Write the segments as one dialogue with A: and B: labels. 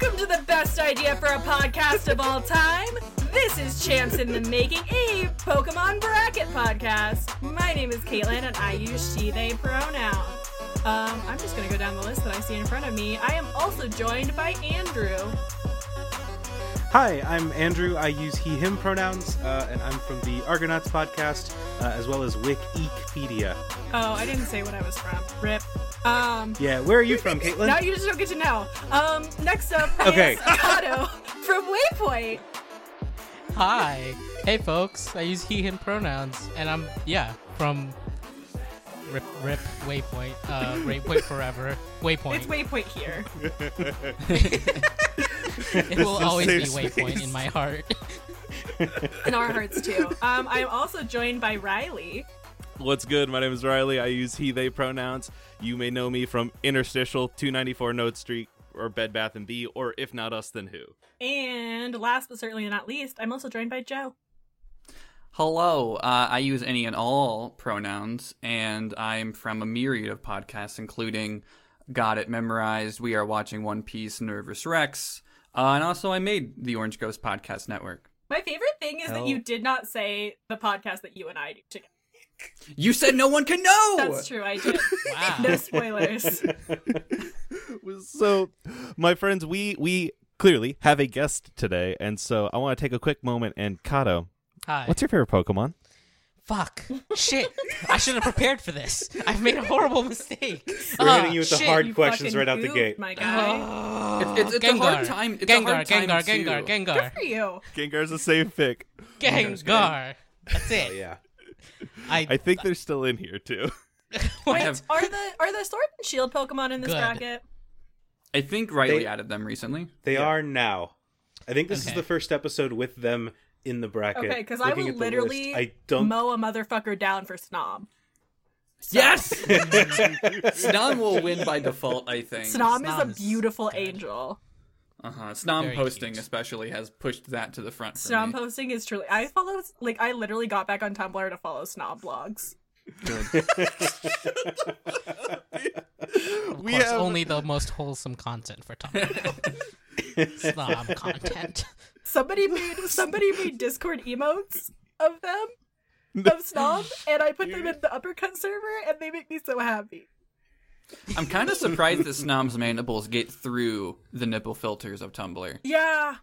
A: to the best idea for a podcast of all time. This is Champs in the Making, a Pokemon Bracket podcast. My name is Caitlin, and I use she, they pronoun. Um, I'm just going to go down the list that I see in front of me. I am also joined by Andrew. Oh,
B: Hi, I'm Andrew. I use he, him pronouns, uh, and I'm from the Argonauts podcast, uh, as well as Wikipedia.
A: Oh, I didn't say what I was from. Rip. Um,
B: Yeah, where are you from, Caitlin?
A: now you just don't get to know. Um, next up
B: Okay.
A: is Kato from Waypoint.
C: Hi. Hey, folks. I use he, him pronouns, and I'm, yeah, from Rip, Rip, Waypoint, uh, Waypoint Forever, Waypoint.
A: It's Waypoint here.
C: it will
B: This is
C: always be
B: safe
C: Waypoint in my heart.
A: In our hearts, too. Um, I'm also joined by Riley.
D: What's good? My name is Riley. I use he, they pronouns. You may know me from Interstitial, 294 Note Street, or Bed Bath and Bee, or if not us, then who?
A: And last but certainly not least, I'm also joined by Joe.
E: Hello, uh, I use any and all pronouns, and I'm from a myriad of podcasts, including Got It Memorized, We Are Watching One Piece, Nervous Rex, uh, and also I made the Orange Ghost Podcast Network.
A: My favorite thing is that
C: Hell.
A: you did not say the podcast that you and I do together.
E: You said no one can know!
A: That's true, I did.
C: Wow.
A: No spoilers.
D: so my friends we we clearly have a guest today and so i want to take a quick moment and kato
C: Hi.
D: what's your favorite pokemon
C: Fuck. Shit. I should have prepared for this. I've made a horrible mistake.
B: We're
C: Ah,
B: hitting you with the
C: shit.
B: hard
A: You
B: questions
A: fucking
B: right out the
A: goofed,
B: gate.
A: My guy.
E: It's- it's- it's a hard time- it's a
C: Gengar,
E: hard time
C: Gengar,
E: to-
C: Gengar, Gengar,
A: Good for you.
D: gengar's a safe pick
C: Gengar, That's it.
B: Oh, yeah.
C: I,
D: i think they're still in here too
E: I,
A: Wait,
E: have,
A: are the are the sword and shield Pokemon in this
C: Good.
A: bracket?
E: I think Riley
B: They-
E: added them recently.
B: They are now. I think this is
C: Okay.
B: the first episode with them in the bracket.
A: Okay, because I
B: Looking
A: will
B: at the
A: literally
B: list, I don't.
A: mow a motherfucker down for Snom. So-
E: Yes! Snom will win by default, I think.
A: Snom, is
C: Snom
A: a
C: is
A: beautiful
C: good.
A: angel.
E: Uh-huh. Snom
C: Very
E: posting,
C: cute.
E: especially, has pushed that to the front. For
A: Snom
E: me.
A: posting is truly. I follow, like, I literally got back on Tumblr to follow Snom blogs.
C: Of course, only the most wholesome content for Tom. Snob content.
A: Somebody made somebody made Discord emotes of them of Snom, and I put them in the uppercut server, and they make me so happy.
E: I'm kind of surprised that Snom's mandibles get through the nipple filters of Tumblr.
A: Yeah,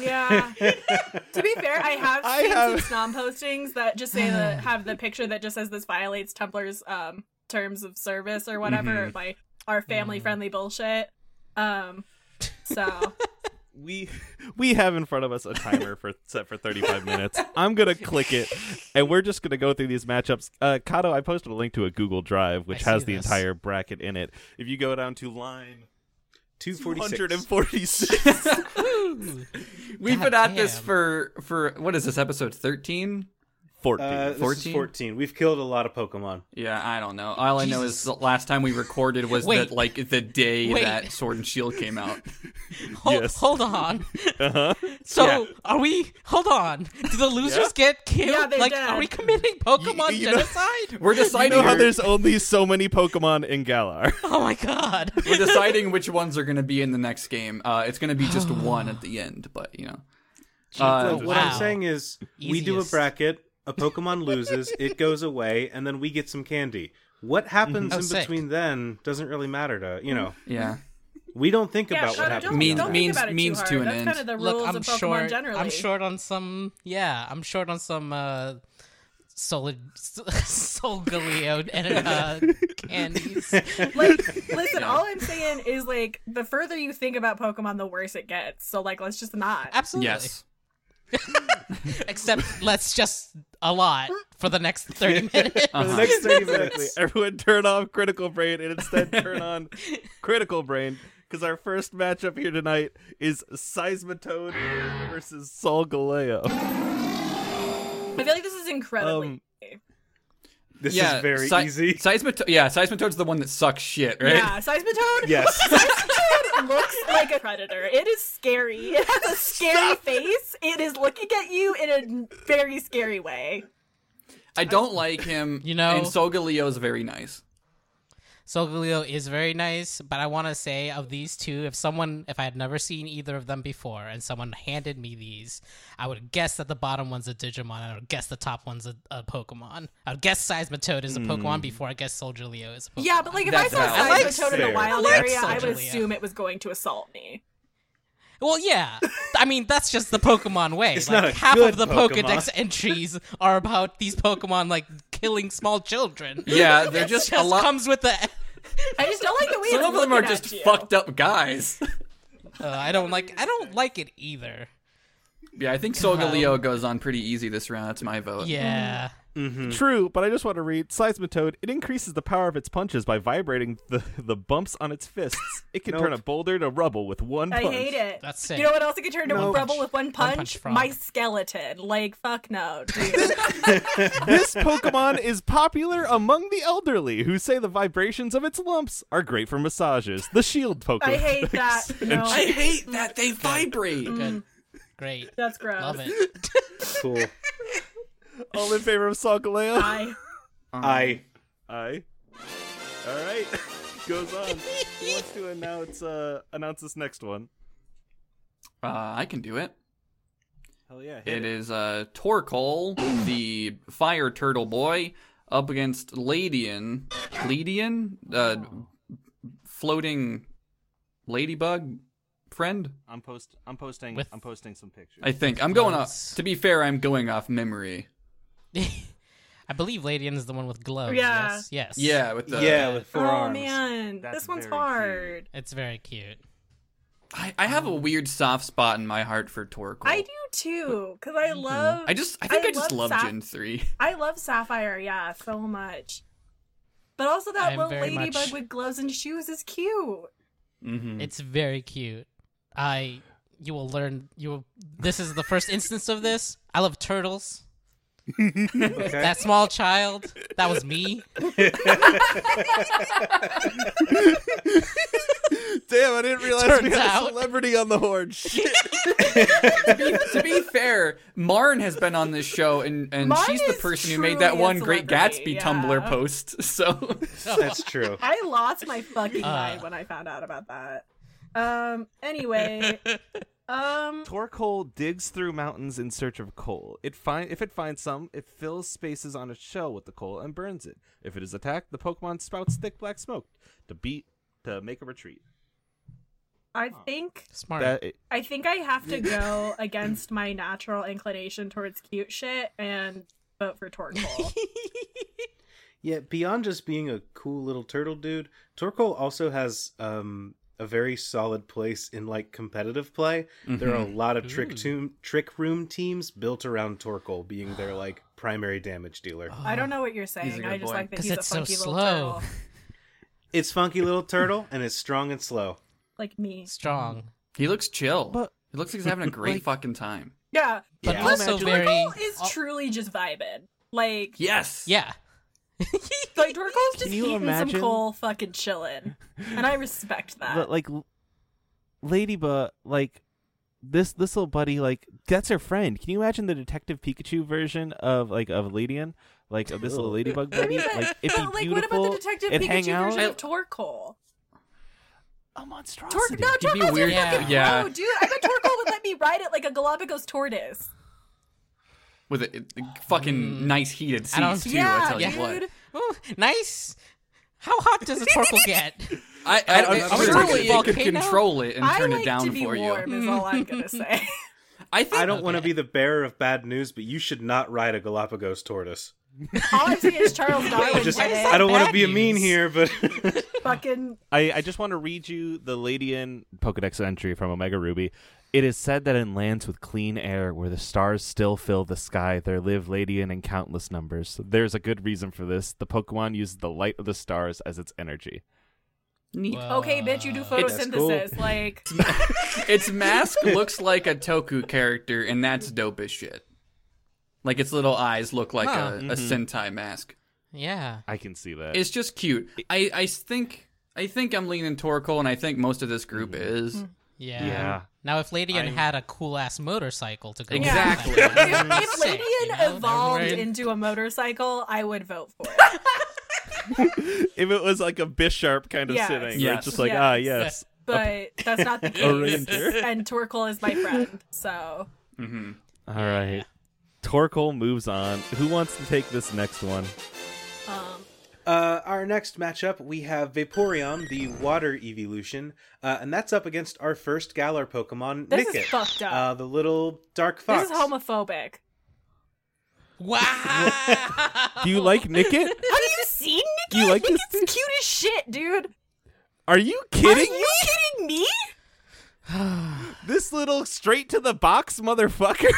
A: yeah. to be fair, I have
D: I
A: seen
D: have-
A: some Snom postings that just say the have the picture that just says this violates Tumblr's um terms of service or whatever, or like our family friendly bullshit. Um, so
D: we we have in front of us a timer for set for 35 minutes i'm gonna click it and we're just gonna go through these matchups uh kato i posted a link to a google drive which
C: I see
D: has the
C: this.
D: entire bracket in it if you go down to line
B: 246.
D: 246
C: Woo.
E: We've
C: God
E: been at this
C: damn.
E: for for what is this episode 13?
D: 14
B: Uh, this 14?
E: 14?
B: 14. We've killed a lot of Pokemon.
E: Yeah, I don't know. All I know is the last time we recorded was
C: Wait.
E: that like the day
C: Wait.
E: that Sword and Shield came out.
C: Hold,
D: Yes.
C: hold on.
D: uh-huh
C: So
D: Yeah.
C: are we? Hold on. Do the losers get killed?
A: Yeah, they're
C: like,
A: dead.
C: are we committing Pokemon
D: you know-
C: genocide?
E: We're deciding
D: You know how
E: here-
D: there's only so many Pokemon in Galar.
C: Oh my god.
E: we're deciding which ones are going to be in the next game. Uh, it's going to be just one at the end, but you know.
B: Well,
A: Oh,
E: Uh,
B: what
C: Wow.
B: I'm saying is, we do a
C: Easiest.
B: bracket, a Pokemon loses, it goes away, and then we get some candy. What
A: Mm-hmm.
B: happens
C: Oh,
B: in
C: sick.
B: between then doesn't really matter to, you know,
E: yeah.
B: we don't think
A: yeah,
B: about what
A: Shauna,
B: happens.
A: don't,
E: Means-
B: beyond
A: don't
B: that.
A: think
E: means-
A: about it
E: means
A: too hard.
E: to an
A: That's
E: end.
A: kind of the rules
C: Look, I'm
A: of Pokemon
C: short.
A: generally.
C: I'm short on some. Yeah, I'm short on some. uh Solid Solgaleo and uh, candies.
A: Like, listen, all I'm saying is like the further you think about Pokemon, the worse it gets. So like, let's just not.
C: Absolutely.
E: Yes.
C: Except let's just a lot for the next thirty minutes.
D: For
B: Uh-huh.
D: the
E: Uh-huh.
D: next 30 minutes, everyone turn off Critical Brain and instead turn on Critical Brain because our first matchup here tonight is Seismitoad versus Solgaleo.
A: I feel like this is incredibly.
D: Um,
B: This
E: yeah,
B: is very
E: Se-
B: easy.
E: Seismito- yeah, Seismitoad's the one that sucks shit, right?
A: Yeah, Seismitoad.
B: yes.
A: It looks like a predator. It is scary. It has a scary face. It is looking at you in a very scary way.
E: I don't like him.
C: You know-
E: and Solgaleo is very nice.
C: Solgaleo is very nice, but I want to say of these two, if someone, if I had never seen either of them before and someone handed me these, I would guess that the bottom one's a Digimon and I would guess the top one's a, a Pokemon. I would guess Seismitoad is a
B: Hmm.
C: Pokemon before I guess Solgaleo is a Pokemon.
A: Yeah, but like if
E: That's
A: I saw
E: valid.
A: Seismitoad
E: I like
A: in a
D: fair.
A: wild
D: I like
A: area, I would
C: Solgaleo.
A: assume it was going to assault me.
C: Well, yeah. I mean, that's just the Pokemon way.
B: It's
C: like,
B: not a
C: half
B: good
C: of the
B: Pokemon.
C: Pokedex entries are about these Pokemon like killing small children.
E: Yeah, they're
C: It
E: just a lot.
C: comes with the. uh,
A: I just don't like the way
E: Some
A: it's
E: of them are
A: looking at
E: just
A: you.
E: fucked up guys.
C: Uh, I don't like. I don't like it either.
E: yeah, I think Solgaleo goes on pretty easy this round. That's my vote.
C: Yeah.
D: True, but I just want to read Seismitoad. It increases the power of its punches by vibrating the, the bumps on its fists. It can
B: Nope.
D: turn a boulder to rubble with one
A: I
D: punch.
A: hate it.
C: That's sick.
A: You know what else I could turn to
B: No.
A: rubble with one punch?
C: punch frog.
A: My skeleton. Like fuck no, dude.
D: This Pokemon is popular among the elderly who say the vibrations of its lumps are great for massages. The shield Pokemon.
A: I hate that.
E: I
A: No,
E: hate that they vibrate.
C: Good. Great.
A: that's gross.
C: Love it.
B: Cool.
D: All in favor of Solgaleo?
A: I
B: I.
D: Aye. All right. Goes on. Who wants to announce uh, announce this next one?
E: Uh, I can do it.
B: Hell yeah. hit
E: It is uh, Torkoal, the fire turtle boy, up against Ladian. Ladian? Uh, floating ladybug friend?
B: I'm post. I'm posting.
C: With-
B: I'm posting some pictures.
E: I think. I'm going
C: Nice.
E: off. To be fair, I'm going off memory.
C: I believe Ladian is the one with gloves.
A: Yeah.
C: Yes. Yes.
E: Yeah, with the.
B: yeah, with four
A: oh
B: arms.
A: man,
B: That's
A: this one's
B: very cute.
A: hard.
C: It's very cute.
E: I, I have a weird soft spot in my heart for Torkoal.
A: I do too, cause
B: Mm-hmm.
A: I love.
E: I just, I think I,
A: I
E: just
A: love
E: love
A: soft-
E: Gen 3.
A: I love Sapphire, yeah, so much. But also that
C: I'm
A: little
C: very
A: ladybug
C: much-
A: with gloves and shoes is cute.
E: hmm
C: It's very cute. I. You will learn. You will. This is the first instance of this. I love turtles.
B: Okay.
C: That small child. That was me.
D: Damn, I didn't realize
C: Turns out-
D: celebrity on the horn. Shit.
E: to be fair, Marn has been on this show, and, and
A: Marn
E: she's the
A: is
E: person who made
A: truly
E: that
A: a
E: one Great
A: celebrity,
E: Gatsby
A: yeah.
E: Tumblr post. So
B: That's true.
A: I lost my fucking
C: Uh.
A: mind when I found out about that. Um. Anyway. um.
D: Torkoal digs through mountains in search of coal. It find if it finds some, it fills spaces on its shell with the coal and burns it. If it is attacked, the Pokemon spouts thick black smoke to beat to make a retreat.
A: I think
C: Smart.
D: That
A: I think I have to go against my natural inclination towards cute shit and vote for Torkoal.
B: Yeah, beyond just being a cool little turtle dude, Torkoal also has um, a very solid place in like competitive play. There are a lot of trick to- trick room teams built around Torkoal being their like primary damage dealer.
A: I don't know what you're saying.
E: Oh, good
A: I just
E: boy.
A: like that
C: 'Cause
A: he's a
C: it's so
A: funky little
C: slow.
A: turtle,
B: It's funky little turtle and it's strong and slow.
A: like me.
C: strong,
E: he looks chill.
D: But-
E: he looks like he's having a great
D: like-
E: fucking time.
A: Yeah.
C: but
B: Yeah.
C: also
D: Imagine-
C: very.
A: Torkoal is
C: al-
A: truly just vibing. Like
E: Yes.
C: yeah.
A: Like Dorko's just
D: Can you
A: eating some
D: imagine?
A: coal, fucking chilling, and I respect that.
D: but like l- ladybug like this this little buddy like that's her friend can you imagine the detective pikachu version of like of lydian like of this little
B: Ew.
D: ladybug
A: I
D: buddy
A: mean, but,
D: like
A: but,
D: it'd be
A: like, what
D: beautiful
A: about the Detective
D: it'd
A: Pikachu
D: hang out
A: version of Torkoal?
D: a monstrosity
A: Tor- no,
E: It'd be
A: Torkoal's
E: weird.
A: a fucking
E: Yeah.
A: pro, dude. I bet Torkoal would let me ride it like a Galapagos tortoise.
E: With a, a fucking nice heated
C: I don't-
E: seats too. I
A: yeah,
E: tell you what.
A: dude.
C: Ooh, nice. How hot does a Torkoal get?
E: I, I,
D: I'm
E: I,
D: not
E: I'm
D: sure.
E: sure
C: Surely
E: you can
C: volcano?
E: control it and
A: I
E: turn
A: like
E: it down
A: to be
E: for
A: warm
E: you.
A: is all I'm gonna say.
E: I think.
B: I don't want to
C: Okay.
B: be the bearer of bad news, but you should not ride a Galapagos tortoise.
A: all I'm saying is Charles Darwin.
B: I just
A: did it.
B: I don't want to
C: bad
B: be a mean
C: news?
B: here, but
A: fucking
D: I, I just want to read you the Ladian Pokedex entry from Omega Ruby. It is said that in lands with clean air, where the stars still fill the sky, there live Ladian in countless numbers. There's a good reason for this. The Pokemon uses the light of the stars as its energy.
E: Neat.
A: okay, bitch. You do
B: That's cool.
A: photosynthesis. Like
E: Its mask looks like a Toku character, and that's dope as shit. Like its little eyes look like
C: Huh.
E: a, a Sentai mask.
C: Yeah.
D: I can see that.
E: It's just cute. I, I think I think I'm leaning Torkoal, and I think most of this group is
C: Yeah.
D: Yeah.
C: Now, if Ladian had a cool ass motorcycle to go with that,
E: exactly.
C: that'd be
A: if, if
C: sick,
A: Ladian
C: you know? They're
A: evolved
C: wearing-
A: into a motorcycle, I would vote for it.
D: if it was like a Bisharp kind of
A: Yes.
D: sitting, where
E: Yes.
D: it's just like, ah, yes.
C: Yes.
A: but that's not the case. and Torkoal is my friend, so
E: hmm
D: All right. Torkoal moves on. Who wants to take this next one?
A: um,
B: Uh, our next matchup, we have Vaporeon, the Water Evolution, uh, and that's up against our first Galar Pokemon,
A: This is
B: Nickit,
A: fucked up.
B: Uh, the little dark fox.
A: this is homophobic.
C: Wow.
D: Do you like Nickit?
A: Have you seen Nikki?
D: You like this
A: Nikki's cute as shit, dude.
D: Are you
A: Are
D: kidding?
A: you kidding me?
D: This little straight to the box motherfucker.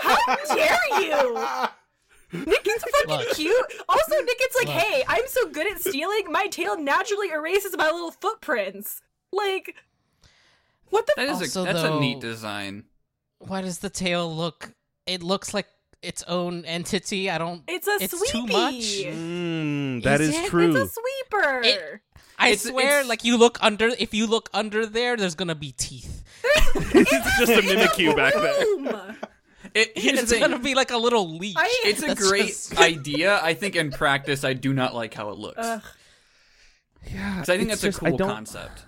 A: How dare you? Nikki's fucking
C: Look.
A: cute. Also, Nikki's like,
C: Look.
A: hey, I'm so good at stealing, my tail naturally erases my little footprints. Like, what the?
E: That is
C: Also,
E: a, that's
C: though-
E: a neat design.
C: Why does the tail look? It looks like its own entity. I don't.
A: It's a
C: It's
A: sweepy.
C: too much.
D: mm, that
C: Is
D: is,
C: it? It's
D: true.
A: It's a sweeper.
C: It- I
E: It's-
C: swear,
E: it's-
C: like you look under. If you look under there, there's gonna be teeth.
D: it's just a Mimikyu back there.
A: Boom.
E: It, here's the
C: It's
E: thing.
C: gonna be like a little leech.
A: I-
E: It's a
C: That's
E: great
C: just-
E: idea. I think in practice, I do not like how it looks.
A: Ugh.
E: 'Cause I think
D: It's
E: that's
D: just-
E: a
D: I
E: cool
D: don't-
E: concept.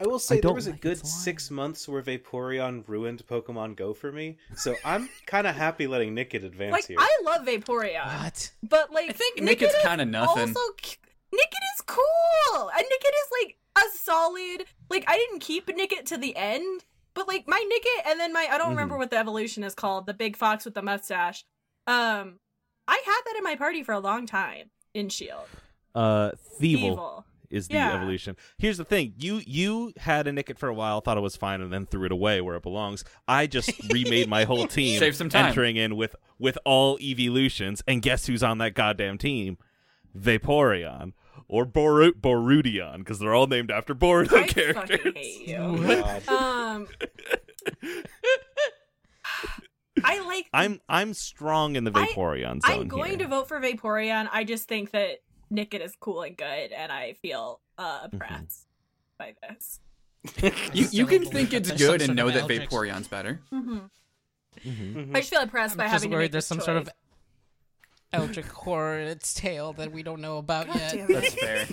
B: I will say there
D: don't
B: was a
D: like
B: good
D: its line.
B: six months where Vaporeon ruined Pokemon Go for me, so I'm kind of happy letting Nickit advance
A: Like,
B: here.
A: I love Vaporeon.
C: What?
A: But like,
E: I think
A: Nick
E: Nickit's
A: is
E: kinda nothing.
A: Also, c- Nickit is cool, and Nickit is like a solid. Like I didn't keep Nickit to the end, but like my Nickit, and then my I don't remember
D: Mm-hmm.
A: what the evolution is called. The big fox with the mustache. Um, I had that in my party for a long time in Shield.
D: Uh, Thievul
A: E Evil.
D: is the
A: Yeah.
D: evolution. Here's the thing: you you had a Nickit for a while, thought it was fine, and then threw it away where it belongs. I just remade my whole team,
E: Save some time.
D: entering in with with all evolutions, and guess who's on that goddamn team? Vaporeon or Boru- Borudion, because they're all named after Boruto
A: I
D: characters.
A: fucking hate you.
B: Oh God.
A: Um, I like.
D: I'm I'm strong in the
A: I-
D: Vaporeon zone.
A: I'm going to
D: here.
A: vote for Vaporeon. I just think that Nickit is cool and good, and I feel uh,
D: Mm-hmm.
A: oppressed by this.
E: You,
C: still
E: you can
C: don't
E: think
C: believe
E: it's
C: that there's
E: good
C: some
E: and know
C: sort of
E: that
C: Eldritch-
E: Vaporeon's better.
A: I just feel oppressed by
C: Mm-hmm. I'm just
A: having to
C: worried
A: make
C: there's
A: this
C: some sort of
A: choice.
C: eldritch horror in its tail that we don't know about yet.
E: That's fair.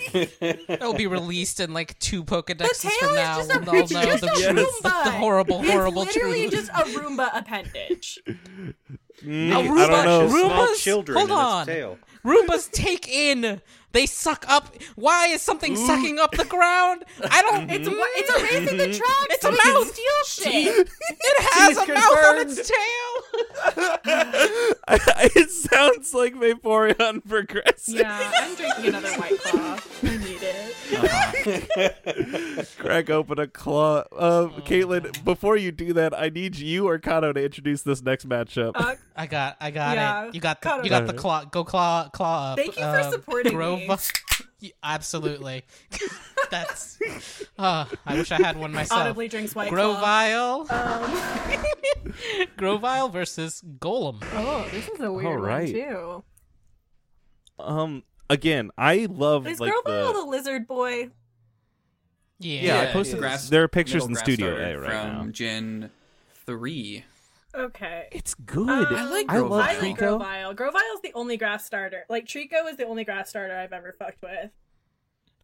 C: It'll be released in like two
A: The
C: Pokedexes
A: tail
C: from
A: is
C: now.
A: just a-
C: and I'll
A: it's
C: know
A: just
C: the,
A: a
C: truth,
A: Roomba.
C: the horrible, horrible
A: it's literally
C: truth.
A: just a Roomba appendage.
D: Mm,
C: A
D: I don't
C: Roomba,
D: know.
B: Small
C: Roombas-
B: children
C: hold
B: in its
C: on.
B: tail.
C: Roombas take in. They suck up. Why is something sucking up the ground? I don't.
A: It's
C: It's,
A: a, it's a race in the
D: Mm-hmm.
A: tracks.
C: It's a
A: so you can Steal
C: mouth.
A: shit.
C: it has a mouth on its
E: confirmed.
C: tail.
A: uh,
D: it sounds like Vaporeon progressive.
A: yeah, I'm drinking another white claw. I need it.
D: Crack open a claw. Uh, Caitlin, before you do that, I need you or Kato to introduce this next matchup.
A: Uh,
C: I got, I got
A: Yeah,
C: it. You got, the,
A: cut
C: you
A: it.
C: got the claw. Go claw, claw up.
A: Thank you for
C: um,
A: supporting
C: Grove.
A: me.
C: You- Absolutely. That's. Uh, I wish I had one myself.
A: audibly drinks white claw.
C: Grovile.
A: Um,
C: Grovile versus Golem.
A: Oh, this is a weird
D: All right.
A: one too.
D: um, again, I love
A: Is
D: like
A: Girl
D: the.
A: Battle the Lizard Boy?
C: Yeah.
D: yeah, I
E: Yeah,
D: posted.
E: grass-
D: there are pictures
E: Middle
D: in
E: grass
D: Studio
E: starter
D: A right
E: from
D: now.
E: Gen three.
A: Okay.
D: It's good.
A: I like
D: I love
E: Grovyle.
A: I like
D: Trico.
A: Grovile. Grovile's the only grass starter. Like Trico is the only grass starter I've ever fucked with.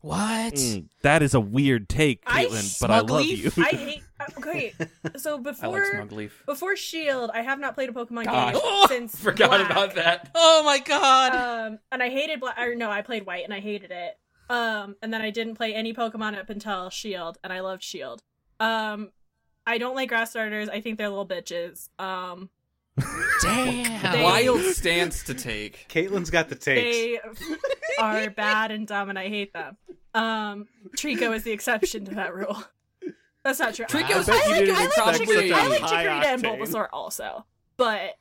C: What?
D: Mm, that is a weird take,
A: I
D: Caitlin, but I love
C: smugly-
D: you.
A: I hate. uh, Okay, so
E: I like
A: before
E: Smugleaf.
A: before Shield, I have not played a Pokemon
E: God.
A: game
E: Oh,
A: since
E: Forgot
A: Black.
E: about that.
C: Oh my god.
A: Um, and I hated Black. Or no, I played White and I hated it. Um, and then I didn't play any Pokemon up until Shield, and I loved Shield. Um, I don't like grass starters. I think they're little bitches. Um,
C: Damn.
A: They-
E: Wild stance to take.
B: Caitlin's got the takes.
A: they are bad and dumb, and I hate them. Um, Trico is the exception to that rule. That's not true.
E: Trico's-
A: I,
E: I bet you
A: like,
E: didn't
A: I like
E: expect such
A: Chikorita.
E: a
A: I like
D: high
A: Chikorita and
D: octane.
A: Bulbasaur also, but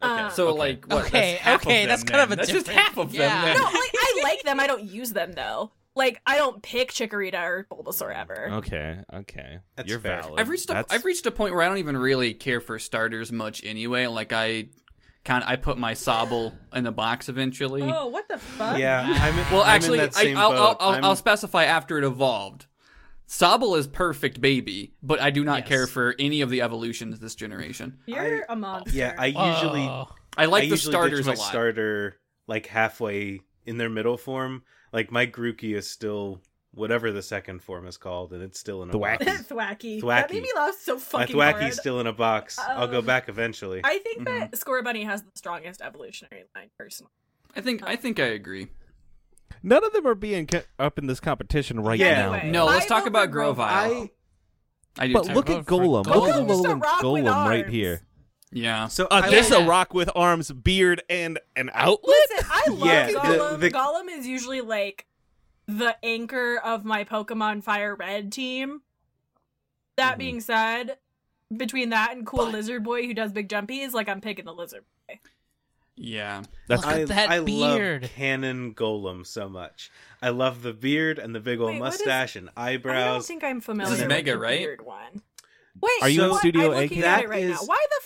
A: um,
E: So
D: Okay.
E: like what?
C: Okay,
E: that's half
C: okay,
E: of them,
C: that's kind of
E: then.
C: a
E: That's just
C: different-
E: half of them.
C: yeah.
E: then.
A: no, like I like them. I don't use them though. Like I don't pick Chikorita or Bulbasaur ever.
D: okay, okay.
B: That's
D: You're
B: fair.
D: valid.
E: I've reached a,
D: That's-
E: I've reached a point where I don't even really care for starters much anyway. Like I kind I put my Sobble in the box eventually.
A: Oh, what the fuck?
B: Yeah, I'm in,
E: well,
B: I'm
E: actually,
B: in that
E: I,
B: same
E: I'll, I'll,
B: boat.
E: I'll,
B: I'm-
E: I'll specify after it evolved. Sobble is perfect baby, but I do not
C: Yes.
E: care for any of the evolutions this generation.
A: you're a monster.
B: yeah, I
C: Whoa.
B: usually
E: I like
B: I
E: the
B: usually ditch
E: starters
B: my
E: a lot.
B: starter like halfway in their middle form. Like my Grookey is still whatever the second form is called, and it's still in a
D: Thwack.
B: box.
A: thwacky. That
B: Thwacky.
A: made me laugh so
B: My
A: fucking hard.
B: Thwacky's Mm-hmm. still in a box. I'll go
A: Um,
B: back eventually.
A: I think that Score Bunny has the strongest evolutionary line, personally.
E: I think I think I agree.
D: None of them are being ca- up in this competition right
B: Yeah.
D: now.
A: Anyway,
E: No, let's talk
A: Live
E: about
A: over Grovyle.
E: Grovyle. I, do
D: But
E: too.
D: look
C: Go
D: at
C: for
D: Golem. Look at the
C: Golem. Just
A: a
D: little
A: rock with
D: Golem right
A: arms.
D: here.
E: yeah.
B: so
D: Uh,
B: I
D: this
C: like
D: a
C: that.
D: rock with arms, beard, and an outlet.
A: Listen, I love
B: Yeah, the-
A: Gollum.
B: the-
A: Gollum is usually like the anchor of my Pokemon Fire Red team. That
B: Mm-hmm.
D: Mhm.
A: being said, between that and cool lizard boy who does big jumpies, like I'm picking the lizard.
E: Yeah.
D: That's
C: Look
B: I,
C: at that
B: I
C: beard.
B: love Canon Golem so much. I love the beard and the big old
A: Wait, what is-
B: mustache and
A: I don't
B: eyebrows.
A: think I'm familiar.
B: This is
E: Mega,
A: with the
E: right?
A: Weird one. Wait,
D: Are you in
A: what?
D: Studio
A: I'm
D: A?
A: looking at it right
B: That
A: now.
B: is-
A: Why the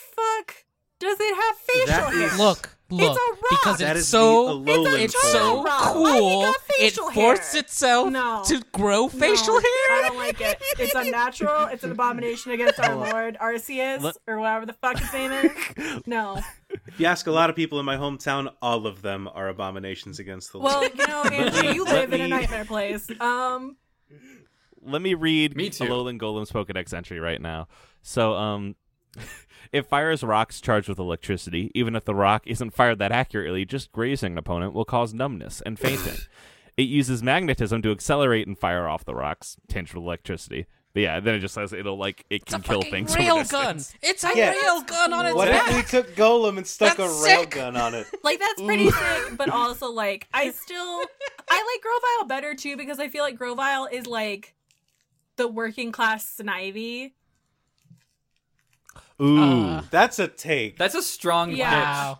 A: fuck does it have facial
B: That
A: hair?
B: is-
C: Look, look,
A: a rock!
C: because
B: That
C: it's
B: is the
C: so
B: Alolan
C: it's
A: It's a
C: so
B: form.
A: rock.
C: cool.
A: Why you got
C: it
A: facial
C: forced
A: hair?
C: itself
A: No.
C: to grow facial
A: No, I
C: hair.
A: don't like it. It's unnatural. It's an abomination against our Lord Arceus
D: Look-
A: or whatever the fuck his name is. No.
B: If you ask a lot of people in my hometown, all of them are abominations against the law.
A: Well, you know, Andrew, you live in a
B: me-
A: nightmare place. Um,
D: Let me read
E: Me too.
D: Alolan Golem's Pokedex entry right now. So, um, it fires rocks charged with electricity. Even if the rock isn't fired that accurately, just grazing an opponent will cause numbness and fainting. it uses magnetism to accelerate and fire off the rocks tinged with electricity. But yeah, then it just says it'll like it
C: It's a
D: can kill
C: fucking
D: things. from a
C: rail
D: distance.
C: gun. It's a
B: Yeah.
C: rail gun on its
B: what
C: back.
B: if we took Golem and stuck
C: That's
B: a
C: sick.
B: railgun on it?
A: like that's pretty sick, but also like I still I like Grovile better too because I feel like Grovile is like the working class Snivy.
D: Ooh,
C: Uh,
B: That's a take.
E: That's a strong
A: Yeah.
E: pitch.
C: Wow.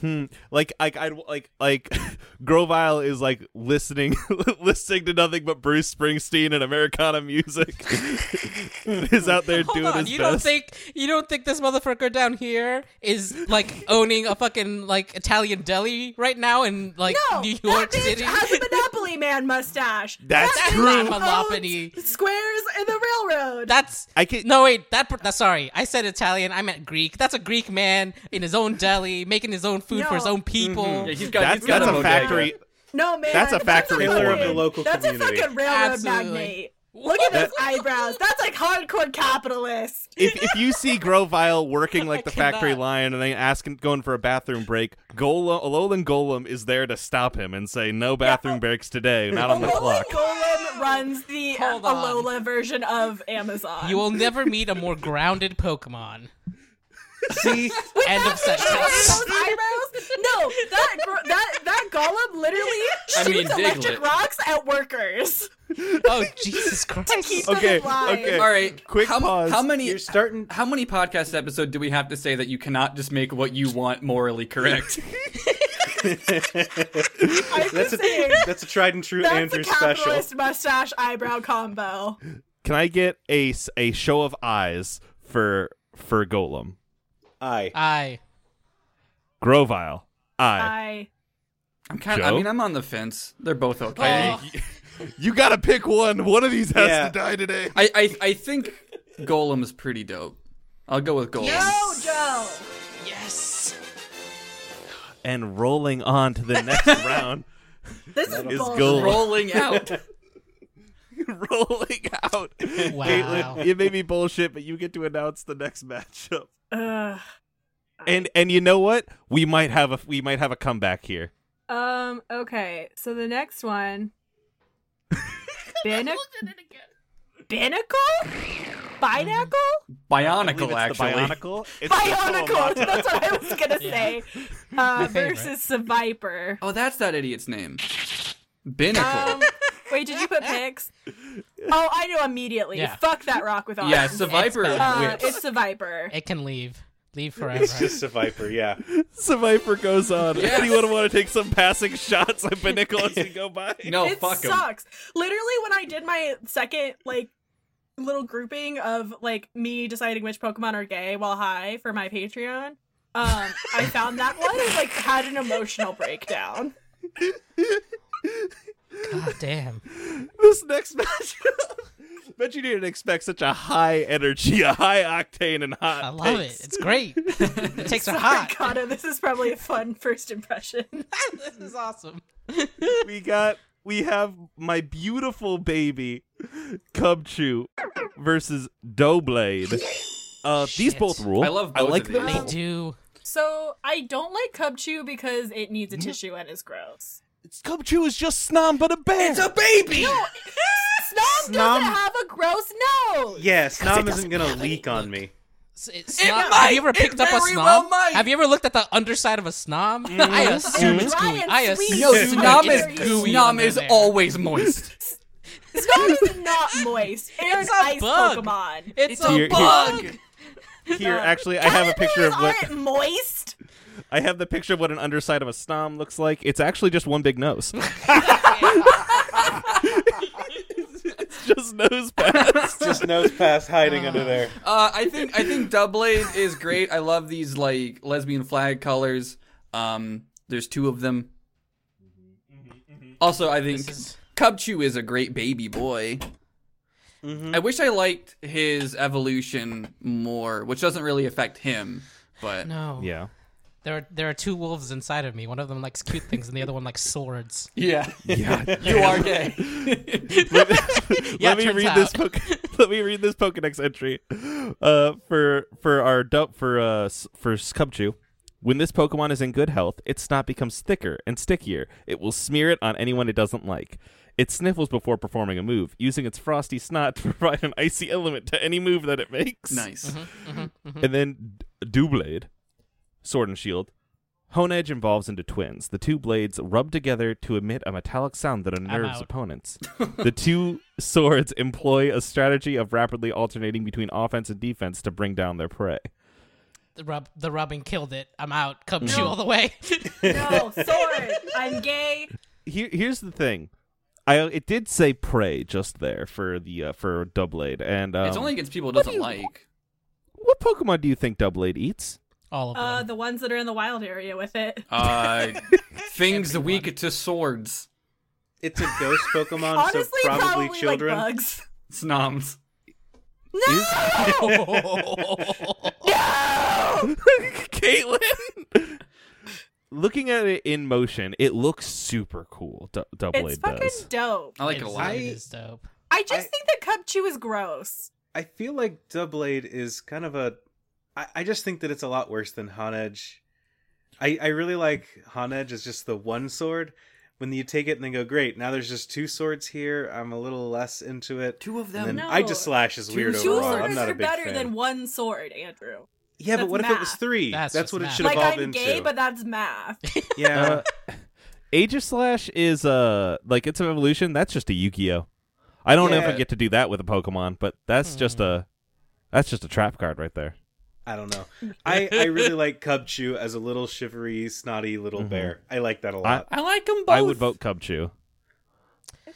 D: Hmm. Like I, I like like Grovile is like listening listening to nothing but Bruce Springsteen and Americana music. is out there
C: Hold
D: doing
C: on,
D: his
C: you
D: best.
C: don't think you don't think this motherfucker down here is like owning a fucking like Italian deli right now in like
A: No,
C: New York
A: that bitch
C: City?
A: has a Monopoly Man mustache.
D: That's
A: That bitch
D: true.
A: owns
C: Monopoly.
A: Squares and the railroad.
C: That's
D: I can't-
C: No wait, that per- that- sorry, I said Italian. I meant Greek. That's a Greek man in his own deli, making his own food for his
A: No.
C: own people.
E: Yeah, he's got,
D: That's
E: he's got
D: that's a
E: bodega.
D: factory.
A: No man,
D: That's a factory
A: fucking-
D: Pillar of the
B: local
A: that's
B: community.
A: a fucking railroad
C: Absolutely.
A: magnate. Look at those eyebrows. That's like hardcore capitalist.
D: If if you see Grovile working like the factory
C: cannot.
D: lion and then asking going for a bathroom break, Golem Alolan Golem is there to stop him and say no bathroom breaks today, not on the
E: Oh
A: Alolan
D: clock.
A: Golem runs the uh,
C: Hold on.
A: Alola version of Amazon.
C: You will never meet a more grounded Pokemon.
B: See,
C: End of
A: Those
C: sentence.
A: eyebrows? No, that gr- that that golem literally
E: I
A: shoots
E: mean,
A: electric
E: Diglett.
A: rocks at workers
C: Oh Jesus
A: to
C: Christ!
A: keep
D: Okay,
A: them alive.
D: okay.
E: All right.
D: Quick
E: how,
D: pause.
E: How many
B: you're starting.
E: how many podcast episode do we have to say that you cannot just make what you want morally correct?
A: I'm
B: That's
A: just
B: a
A: saying,
B: that's a tried and true
A: that's
B: Andrew
A: a
B: special.
A: capitalist mustache eyebrow combo.
D: Can I get a s- a show of eyes for for Golem?
B: I
C: I
D: Grovile. I.
A: I
E: I'm kind of, I
D: Joe?
E: mean, I'm on the fence. They're both okay.
C: Oh.
D: You gotta pick one. One of these has
B: Yeah.
D: to die today.
E: I, I I think Golem's pretty dope. I'll go with Golem.
A: Joe Joe.
C: yes.
D: And rolling on to the next round
A: This is,
D: is
A: bullshit.
D: Golem.
E: Rolling out.
D: rolling out.
C: Wow.
D: Caitlin, it may be bullshit, but you get to announce the next matchup.
A: Ugh.
D: And and you know what? We might have a we might have a comeback here.
A: Um. Okay. So the next one. Binac- Binacle? Binacle?
E: Bionicle,
D: I believe it's the
E: actually.
D: Bionicle. It's the
A: Bionicle!
D: Solomata.
A: That's what I was gonna say. Uh,
C: favorite.
A: versus Survivor.
E: Oh, that's that idiot's name. Binnacle.
A: Um, wait, did you put pics? Oh, I knew immediately.
C: Yeah.
A: Fuck that rock with arms.
E: yeah, Survivor
C: It's
A: uh,
E: whips.
A: Um, It's Survivor.
C: It can leave. Leave forever.
B: it's just a viper. Yeah,
D: Survivor goes on.
E: Yes.
D: Anyone want to take some passing shots at Pinnacle as we go by?
C: oh,
E: no,
A: it
E: fuck him.
A: sucks. Literally, when I did my second like little grouping of like me deciding which Pokemon are gay while high for my Patreon, um, I found that one and like had an emotional breakdown.
C: God damn.
D: This next matchup Bet you didn't expect such a high energy, a high octane, and hot.
C: I love
D: takes.
C: it. It's great. the takes are hot.
A: Ricotta, this is probably a fun first impression.
C: this is awesome.
D: we got we have my beautiful baby Cubchu versus Doughblade. Uh, these
C: Shit.
D: both rule.
E: I love
D: I
E: both
D: like
E: of
D: them.
E: these.
C: They
D: both.
C: do.
A: So I don't like Cub Chew because it needs a tissue and is gross.
D: Cubchu is just snom, but a bear.
E: baby.
A: Snom doesn't
B: Snom-
A: have a gross nose.
B: Yeah, Snom isn't gonna leak on me.
C: It's, it's snom. have you ever
E: might.
C: picked
E: It
C: up a
E: very
C: snom?
E: well might.
C: Have you ever looked at the underside of a snom? I assume it's
A: Dry
C: gooey.
A: and
C: I
A: sweet.
C: assume
E: Yo,
A: It's
E: snom
A: very
E: is
C: it's gooey.
E: snom
C: when
E: is
C: they're there.
E: always moist.
A: Snom is not moist. Aaron
C: It's a
A: ice
C: bug.
A: Pokemon.
C: It's,
E: It's a
C: a
D: Here- here-
E: bug.
D: Here, actually, I have a picture of what
A: aren't moist.
D: I have the picture of what an underside of a snom looks like. It's actually just one big nose. it's just nose pads.
B: Just nose pass hiding under there.
E: Uh, I think I think Doublade is great. I love these like lesbian flag colors. Um, there's two of them. Also, I think
C: This is-
E: Cub Chew is a great baby boy. I wish I liked his evolution more, which doesn't really affect him. But
C: No.
D: Yeah.
C: There are there are two wolves inside of me. One of them likes cute things, and the other one likes swords.
E: yeah,
D: Yeah.
E: you are gay.
C: Yeah,
D: let me
C: turns
D: read
C: out.
D: this poke- let me read this Pokedex entry uh, for for our du- for uh s- for Cubchew. When this Pokemon is in good health, its snot becomes thicker and stickier. It will smear it on anyone it doesn't like. It sniffles before performing a move, using its frosty snot to provide an icy element to any move that it makes.
E: nice. Mm-hmm.
D: And then D- Dewblade, Sword and Shield. Hone Edge evolves into twins. The two blades rub together to emit a metallic sound that unnerves
C: out.
D: opponents. the two swords employ a strategy of rapidly alternating between offense and defense to bring down their prey.
C: The rub the rubbing killed it. I'm out. Come chew all the way.
A: No, sword. I'm gay.
D: Here, here's the thing. I, it did say prey just there for the uh, for Doublade, and um,
E: it's only against people it doesn't like.
D: what Pokemon do you think Doublade eats?
C: all of them.
A: Uh, the ones that are in the wild area with it.
E: Uh, things weak to swords.
B: It's a ghost Pokemon, so
A: Honestly,
B: probably,
A: probably,
B: children.
A: like bugs.
E: Snoms.
A: No.
D: Caitlin. Looking at it in motion, it looks super cool. D- Double
A: It's
D: A
A: fucking
D: does.
A: dope.
E: I like it a lot.
C: It
B: I-
C: is dope.
A: I just
B: I-
A: think that Cub Chew is gross.
B: I feel like Doublade is kind of a. I, I just think that it's a lot worse than Honedge. I I really like Honedge as just the one sword. When you take it and then go, great, now there's just two swords here. I'm a little less into it.
E: Two of
B: And
E: them.
B: then
A: No.
B: I just slash is
E: Two
B: weird
E: swords
A: Two
B: overall. I'm
A: swords
B: not a
A: are
B: big
A: better
B: fan.
A: than one sword, Andrew.
B: yeah, but
A: that's
B: what if it was
A: math.
B: three?
C: That's
B: That's,
C: just
B: what it
C: math.
B: should
A: Like
B: evolve
A: I'm
B: into.
A: gay, but that's math.
B: yeah,
D: Uh, Aegislash is uh like it's an evolution. That's just a Yu-Gi-Oh. I don't know if
B: Yeah.
D: I get to do that with a Pokemon, but that's just a that's just a trap card right there.
B: I don't know. I I really like Cub Chew as a little shivery, snotty little bear. Mm-hmm. I like that a lot.
E: I like them both.
D: I would vote Cubchew.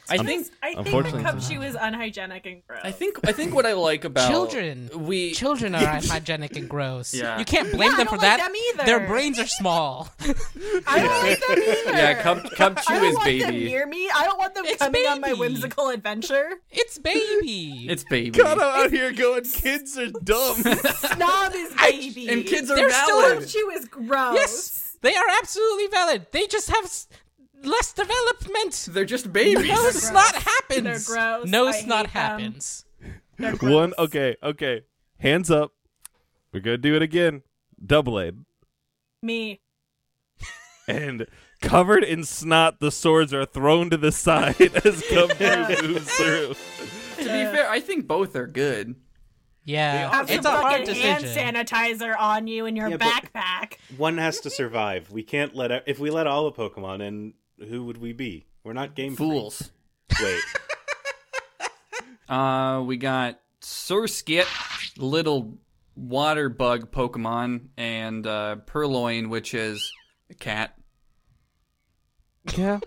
E: I
A: I
E: think
A: think, I think the
D: Um, Unfortunately.
A: cup shoe is unhygienic and gross.
E: I think I think what I like about
C: Children.
E: we
C: Children are unhygienic and gross.
E: Yeah.
C: You can't blame
A: Yeah, I
C: them
A: don't
C: for
A: like
C: that.
A: them either.
C: Their brains are small.
A: I don't like them either.
E: yeah, Cub Cub
A: I
E: Chew
A: don't
E: is
A: want them
E: baby.
A: near me. I don't want them
C: It's
A: coming on my
C: baby.
A: whimsical adventure.
C: It's baby.
E: It's baby.
D: out here going, kids are dumb.
A: Snob is baby.
E: and kids are
C: They're still
E: valid.
A: Cub Chew is gross.
C: yes, they are absolutely valid. They just have s- less development.
E: They're just babies.
C: No
A: gross.
C: snot happens.
A: They're gross.
C: No
A: I
C: snot
A: hate them.
C: happens.
A: They're gross.
D: One okay, okay. Hands up. We're gonna do it again. Double A.
A: Me.
D: and covered in snot, the swords are thrown to the side as Gumdrew moves through.
E: to be fair, I think both are good.
C: Yeah,
A: Have
C: it's a
A: some
C: hard
A: fucking hand
C: decision.
A: sanitizer on you in your
B: Yeah, but-
A: backpack.
B: One has to survive. We can't let e, if we let all the Pokemon in, who would we be? We're not game freaks.
E: Fools.
B: Wait,
E: Uh, we got Surskit, little water bug Pokemon, and uh, Purloin, which is a cat.
D: Yeah.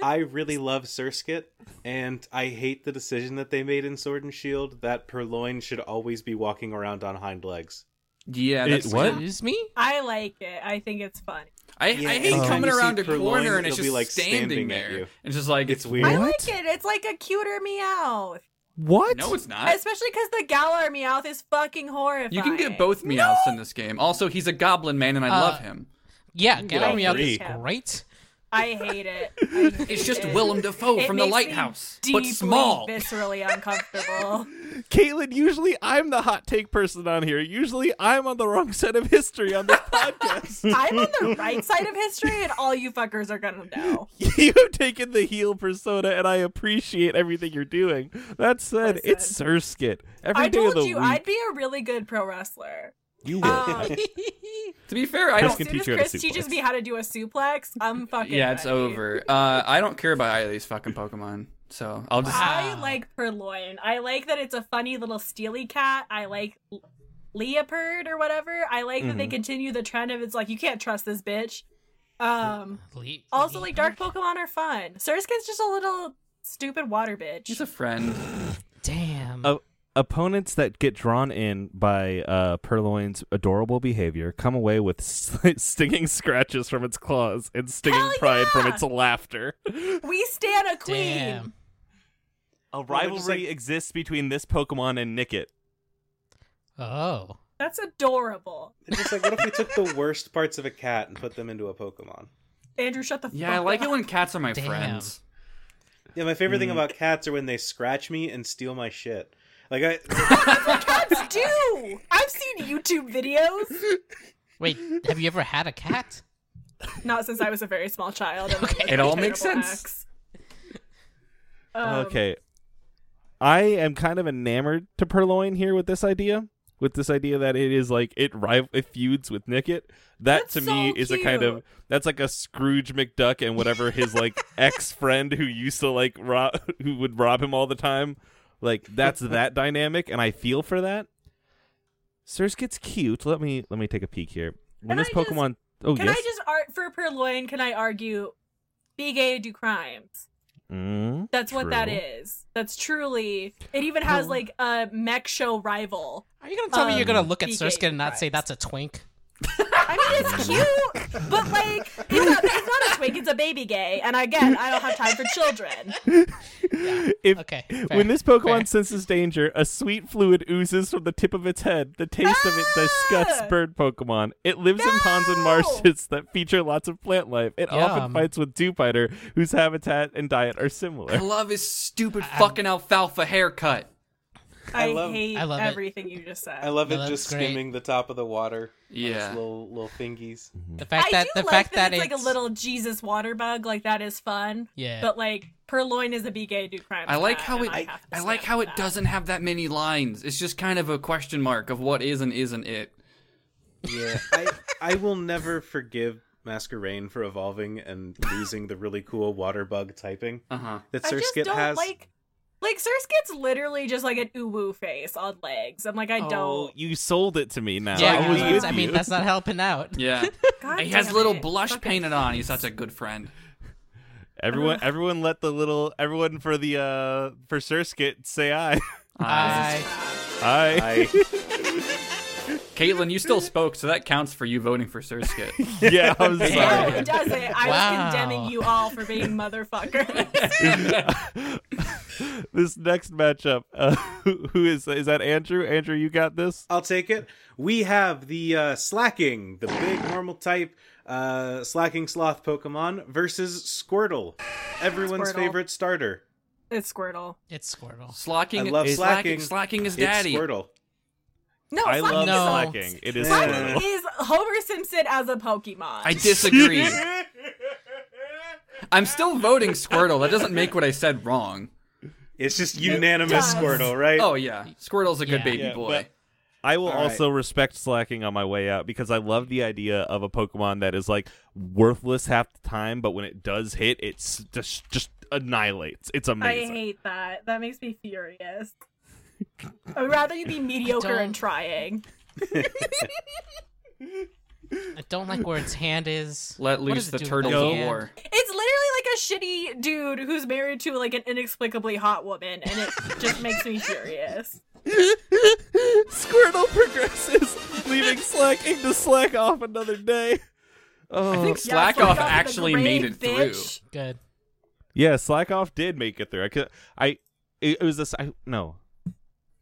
B: I really love Surskit, and I hate the decision that they made in Sword and Shield that Purloin should always be walking around on hind legs.
E: Yeah, that's
D: It- what?
C: Excuse me?
A: I like it. I think it's funny.
E: I,
B: Yeah,
E: I hate
B: anytime
E: coming
B: you see
E: around a
B: Purloin,
E: corner and it's
B: it'll
E: just
B: be, like,
E: standing,
B: standing at
E: there.
B: you.
E: It's just like
B: It's weird.
A: I
D: What?
A: like it. It's like a cuter meow.
D: What?
E: No, it's not.
A: Especially because the Galar Meowth is fucking horrifying.
E: You can get both meows in this game. Also, he's a goblin man, and I
C: Uh,
E: love him.
C: Yeah,
B: get all
C: Gallery Meowth is
A: three.
C: great.
A: I hate it.
E: It's just Willem Dafoe
A: It
E: from the
A: makes me
E: Lighthouse, but
A: deeply,
E: small.
A: viscerally uncomfortable.
D: Caitlin, usually I'm the hot take person on here. Usually I'm on the wrong side of history on this podcast.
A: I'm on the right side of history, and all you fuckers are gonna know.
D: you have taken the heel persona, and I appreciate everything you're doing. That said, it's Surskit. Every
A: I
D: day
A: told
D: of the
A: you
D: week,
A: I'd be a really good pro wrestler.
D: you will.
A: Um,
E: To be fair, I
D: Chris
E: don't.
D: can
A: as soon
D: teach
A: as
D: you how to
A: Chris teaches
D: suplex.
A: me how to do a suplex, I'm fucking.
E: Yeah, it's
A: ready.
E: over. Uh, I don't care about either of these fucking Pokemon, so I'll just.
A: I
C: Wow.
A: like Purloin. I like that it's a funny little steely cat. I like l- Leopard or whatever. I like
D: Mm-hmm.
A: that they continue the trend of it's like you can't trust this bitch. Um.
C: Le-
A: Also,
C: Le-
A: like dark Pokemon are fun. Surskit's just a little stupid water bitch.
E: He's a friend.
C: Damn.
A: Oh,
D: Uh, opponents that get drawn in by uh, Purloin's adorable behavior come away with s- stinging scratches from its claws and stinging
A: Hell
D: pride from
A: yeah!
D: its laughter.
A: We stand a queen.
C: Damn.
D: A
B: they're just
D: rivalry
B: like-
D: exists between this Pokemon and Nickit.
C: Oh.
A: That's adorable.
B: It's just like, what if we took the worst parts of a cat and put them into a Pokemon?
A: Andrew, shut the fuck
E: Yeah, I like
A: up.
E: it when cats are my
C: Damn.
E: friends.
B: Yeah, my favorite thing
C: Mm.
B: about cats are when they scratch me and steal my shit. Like I,
A: Cats do. I've seen YouTube videos.
C: Wait, have you ever had a cat?
A: Not since I was a very small child. and
E: It all makes
A: terrible
E: sense.
A: acts. Um,
D: okay. I am kind of enamored to Purloin here with this idea. With this idea that it is like it rival it feuds with Nickit. That
A: That's
D: to me
A: so
D: is a kind of
A: cute.
D: that's like a Scrooge McDuck and whatever his like ex friend who used to like rob who would rob him all the time. Like that's that dynamic and I feel for that. Surskit's cute. Let me let me take a peek here. When
A: Can
D: this
A: I just-
D: Pokemon Oh
A: Can
D: yes.
A: I just art for Purloin? Can I argue? Be gay, do crimes.
D: Mm,
A: That's what that
D: True.
A: is. That's truly. It even has like a mech show rival.
C: Are you gonna tell me you're gonna look at
A: Um,
C: Surskit and not say
A: Right.
C: that's a twink?
A: I mean, it's cute, but like, it's not, it's not a twink. It's a baby gay. And again, I don't have time for children.
D: If,
C: Okay, fair,
D: When this Pokemon
C: fair.
D: senses danger, a sweet fluid oozes from the tip of its head. The taste of it disgusts bird Pokemon. It lives in ponds and
A: No!
D: marshes that feature lots of plant life. It often
C: Yum.
D: fights with Dewpider, whose habitat and diet are
E: I
D: similar.
E: love his stupid fucking alfalfa haircut.
A: I,
B: love-
A: hate
C: I love it.
A: everything you just said.
B: I love
C: No,
B: it
C: that's
B: just
C: great.
B: skimming the top of the water. on its
E: Yeah.
B: little little fingies.
C: The fact
A: I
C: that
A: do
C: the
A: like
C: fact
A: that,
C: that,
A: it's, like a little Jesus water bug, like that is fun.
C: Yeah.
A: But like Purloin is a big gay do crime.
E: I like
A: stat,
E: how
A: and
E: it. I,
A: have to
E: like
A: stand
E: how
A: for
E: it
A: that.
E: doesn't have that many lines. It's just kind of a question mark of what is and isn't it.
B: Yeah, I I will never forgive Masquerain for evolving and losing the really cool water bug typing
E: Uh huh.
B: that
A: I just
B: Surskit
A: don't
B: has.
A: like. Like Surskit's literally just like an uwu face on legs. I'm like, I
D: Oh,
A: don't.
D: you sold it to me now.
C: yeah,
D: I
C: I
D: was
C: mean,
D: with
C: I mean
D: you.
C: that's not helping out.
E: Yeah.
A: God
E: he has
A: damn
E: little
A: it.
E: blush
A: Fucking-
E: painted on. He's such a good friend.
D: everyone. Everyone let the little everyone for the uh for Surskit say aye.
E: Uh,
C: I
D: aye.
B: I
E: Caitlin, you still spoke, so that counts for you voting for Surskit.
D: yeah, I'm
E: Yeah.
A: No,
D: sorry.
A: it doesn't. I
C: Wow.
A: was condemning you all for being motherfuckers.
D: this next matchup, uh, who, who is is that? Andrew, Andrew, you got this.
B: I'll take it. We have the uh, slacking, the big normal type uh, slacking sloth Pokemon versus Squirtle, everyone's
A: Squirtle.
B: favorite starter.
A: it's Squirtle.
C: it's Squirtle.
E: Slacking,
B: I love slacking.
E: slacking, slacking, is
B: It's
E: daddy.
B: Squirtle.
A: No,
D: I love
C: No.
D: slacking. It is
B: Yeah.
D: Squirtle.
A: Slacking is Homer Simpson as a Pokemon.
E: I disagree. I'm still voting Squirtle. That doesn't make what I said wrong.
B: It's just
A: does.
B: unanimous Squirtle, right?
E: Oh yeah, Squirtle's a good
C: Yeah.
E: baby
D: Yeah,
E: boy.
D: I will
B: All right.
D: also respect slacking on my way out because I love the idea of a Pokemon that is like worthless half the time, but when it does hit, it's just just annihilates. It's
A: I
D: amazing.
A: hate that. That makes me furious. I would rather you be mediocre
C: don't-
A: and trying.
C: I don't like where its hand is.
E: Let
C: What does it
E: loose the
C: do with
E: turtle
C: that
E: of
C: hand?
E: war.
A: It's literally like a shitty dude who's married to like an inexplicably hot woman, and it just makes me furious.
D: Squirtle progresses, leaving slacking to slack off another day. Oh.
E: I think
A: Yeah,
E: Slack
A: fuck
E: off
A: with the
E: actually
A: grade,
E: made it
A: bitch. Oh,
C: Good.
D: Yeah, slack off did make it through. I could, I it, it was this I no.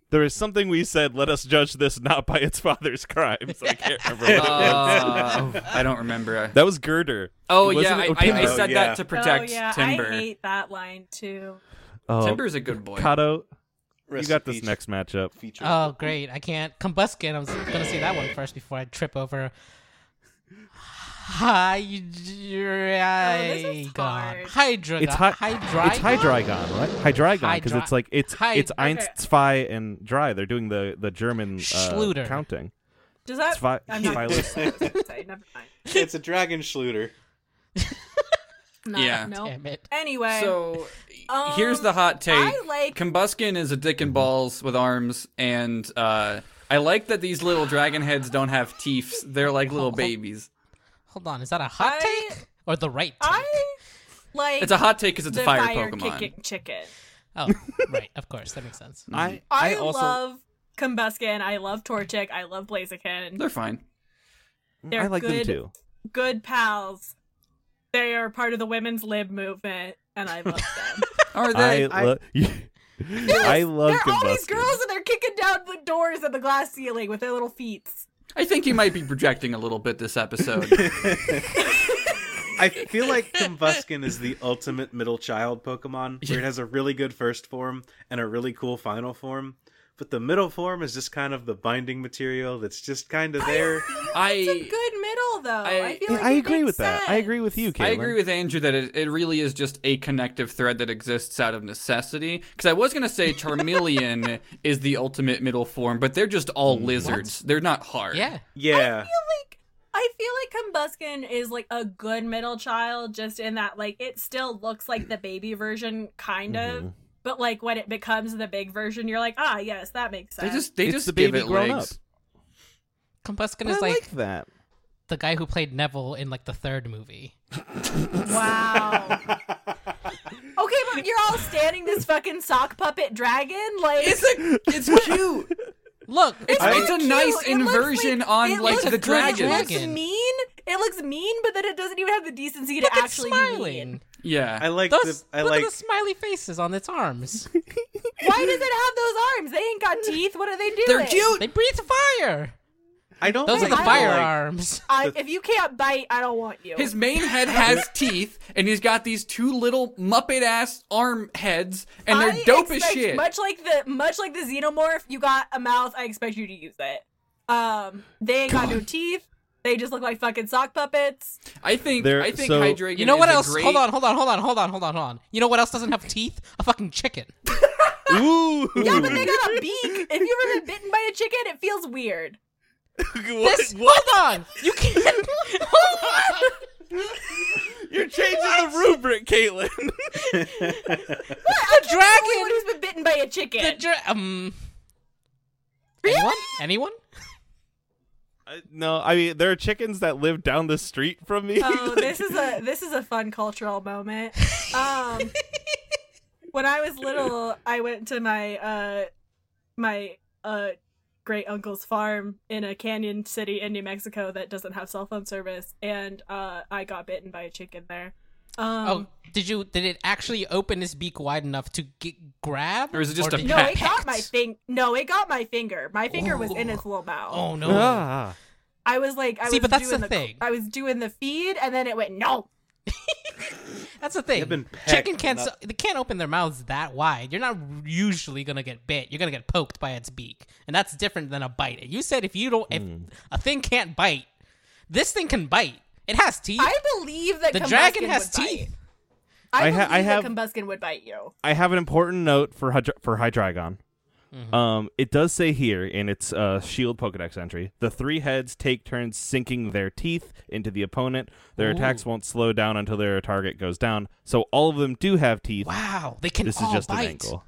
D: There is something we said, let us judge this not by its father's crimes. I can't remember what
A: Oh.
D: it
E: through.
D: was.
E: Uh, I don't remember.
D: That was Girder.
E: Oh
D: Wasn't
E: yeah, I,
D: it
E: I, I
D: Otimbo?
E: said
B: Oh, yeah.
E: that to protect
A: oh, yeah,
E: Timber.
A: I hate that line too.
D: Oh,
E: Timber's a good boy.
D: Kato, you
B: Rest
D: got
B: in
D: this
B: peace.
D: next matchup.
B: feature.
C: Oh, great. I can't. Combuskin. I was going to say that one first before I trip over.
A: Oh, this is
C: Hydreigon.
A: hard.
C: Hydra.
D: It's hi-
C: Hydreigon.
D: It's Hydreigon, right? Hydreigon, because
C: Hydri-
D: it's like it's
C: Hy-
D: it's Einst,
A: Okay.
D: Zwei, and Dry. They're doing the the German uh,
C: Schluter.
D: counting.
A: Does that?
D: It's fi-
A: I'm not.
D: Phyllis.
A: Sorry, never mind.
B: it's a dragon schluter.
A: Not,
E: Yeah.
A: No.
C: Damn it.
A: Anyway,
E: So
A: Um,
E: here's the hot take.
A: I like-
E: Combuskin is a dick and balls with arms, and uh, I like that these little dragon heads don't have teeth. They're like little babies.
C: Hold on. Is that a hot
A: I-
C: take? Or the right take?
A: I like
E: It's a hot take because it's
A: the
E: a fire,
A: fire
E: Pokemon.
A: kicking chicken.
C: Oh, right. Of course. That makes sense.
B: I
A: Mm. I,
B: also
A: love Combuskin. I love Torchic. I love Blaziken.
E: They're fine.
A: They're
D: Mm, I like them
A: good.
D: too.
A: Good pals. They are part of the women's lib movement, and I love them.
D: I,
E: Are they?
D: lo- I love
A: They're all these
D: Combuskin.
A: girls, and they're kicking down the doors of the glass ceiling with their little feet.
E: I think you might be projecting a little bit this episode.
B: I feel like Combuskin is the ultimate middle child Pokemon, where it has a really good first form and a really cool final form. But the middle form is just kind of the binding material that's just kind of there.
A: It's a
E: I
A: good middle, though. I,
E: I-
A: feel
D: Yeah,
A: like
D: I
A: it
D: agree
A: makes
D: with that. I
A: sense.
D: agree with you, Caitlin.
E: I agree with Andrew that it, it really is just a connective thread that exists out of necessity. Because I was gonna say Charmeleon is the ultimate middle form, but they're just all lizards. They're not hard.
C: Yeah.
B: Yeah.
A: like I feel like Combuskin is like a good middle child, just in that like it still looks like the baby version, kind of. But like when it becomes the big version, you're like, ah, yes, that makes
E: They
A: sense.
E: just they
D: It's
E: just
D: the
E: give
D: baby
E: it
D: grown
E: legs.
D: up.
C: Combuskin
D: But I
C: is like,
D: like that.
C: the guy who played Neville in like the third movie.
A: wow. okay, but you're all standing this fucking sock puppet dragon, like
E: It's a, it's cute.
C: Look, it's
E: It's a
A: cute.
E: nice
A: It looks
E: inversion
A: like-
E: on
A: it
E: like
A: looks
E: the
A: good. It
E: dragon.
A: looks mean. It looks mean, but then it doesn't even have the decency to
C: look, it's
A: actually be mean.
C: smiling.
B: I
E: Yeah.
B: like
C: Those,
B: the I
C: look
B: like
C: at the smiley faces on its arms.
A: Why does it have those arms? They ain't got teeth. What are they doing?
E: They're cute.
C: they breathe fire.
B: I don't
C: Those are
B: like
C: the
B: the, Oh like,
C: firearms.
A: I, if you can't bite, I don't want you.
E: His main head has teeth, and he's got these two little Muppet ass arm heads, and they're
A: I
E: dope as
A: expect-
E: shit.
A: Much like the much like the xenomorph, you got a mouth. I expect you to use it. Um, they ain't got no teeth. They just look like fucking sock puppets.
E: I think
D: They're-
E: I think
D: so-
E: Hydreigon
C: You know what
E: is a
C: else?
E: Great...
C: Hold on, hold on, hold on, hold on, hold on, hold on. You know what else doesn't have teeth? A fucking chicken.
D: Ooh.
A: Yeah, but they got a beak. if you've ever been bitten by a chicken, it feels weird.
C: This, hold on. You can't. hold on.
D: You're changing the rubric, Caitlin.
A: A dragon. Anyone who's been bitten by a chicken.
C: The dra- um. Anyone? Anyone?
D: no, I mean there are chickens that live down the street from me.
A: oh, this is a this is a fun cultural moment. Um, when I was little, I went to my uh, my uh, great uncle's farm in a canyon city in New Mexico that doesn't have cell phone service, and uh, I got bitten by a chicken there. Um,
C: Oh, did you? Did it actually open its beak wide enough to g grab?
E: Or is it just a
C: did
A: no,
E: cat
A: it got my
C: pecked?
A: thing. No, it got my finger. My finger was in its little mouth.
C: Oh no.
D: ah.
A: I was like, I
C: See,
A: was
C: but that's
A: doing
C: the thing.
A: I was doing the feed, and then it went no.
C: That's the thing.
B: been pecked,
C: Chicken can't
B: not-
C: they can't open their mouths that wide. You're not usually gonna get bit. You're gonna get poked by its beak, and that's different than a bite. And you said if you don't, if
D: Hmm.
C: a thing can't bite, this thing can bite. It has teeth.
A: I believe that
C: the
A: Combuskin
C: dragon has
A: would bite.
C: teeth.
A: I,
D: I ha-
A: believe
D: I have-
A: that Combuskin would bite you.
D: I have an important note for Hydra- for Hydreigon.
C: Mm-hmm.
D: Um, it does say here in its uh, Shield Pokedex entry, the three heads take turns sinking their teeth into the opponent. Their attacks won't slow down until their target goes down. So all of them do have teeth.
C: Wow, they can
D: This
C: all
D: is just
C: bite.
D: an angle.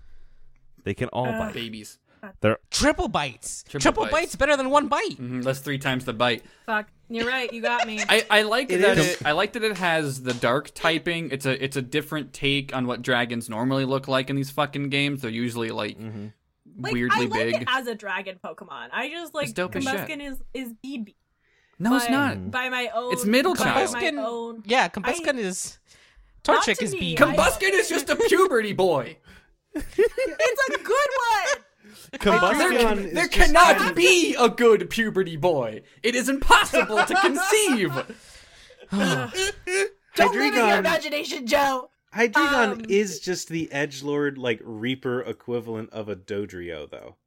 D: They can
A: Uh,
D: all bite.
E: babies.
D: They're
C: Triple bites. Triple,
E: Triple
C: bites.
E: bites.
C: better than one bite.
E: Mhm, That's three times the bite.
A: Fuck, you're right. You got me.
E: I, I like that
B: is-
E: it, I like that it has the dark typing. It's
C: Mm-hmm.
E: a it's a different take on what dragons normally look like in these fucking games. They're usually like
A: Like
E: weirdly
A: I like
E: big.
A: it as a dragon Pokemon. I just like
E: It's dope as shit.
A: Combuskin is is BB.
E: no, it's
A: by-
E: not.
C: Mm-hmm.
A: by my own.
E: It's middle
A: by
E: child.
A: My
C: Combuskin-
A: own.
C: Yeah, Combuskin is.
A: Not
C: Torchic
A: to
C: is
A: me,
C: B.
A: I-
E: Combuskin is just a puberty boy.
A: It's a good one.
E: There,
B: Combustion
E: can-
B: is
E: there
B: just
E: cannot
B: kind of-
E: be a good puberty boy. It is impossible to conceive.
A: Don't live in your
B: Hydreigon-
A: imagination, Joe.
B: Hydreigon
A: Um,
B: is just the edge lord, like Reaper equivalent of a Dodrio, though.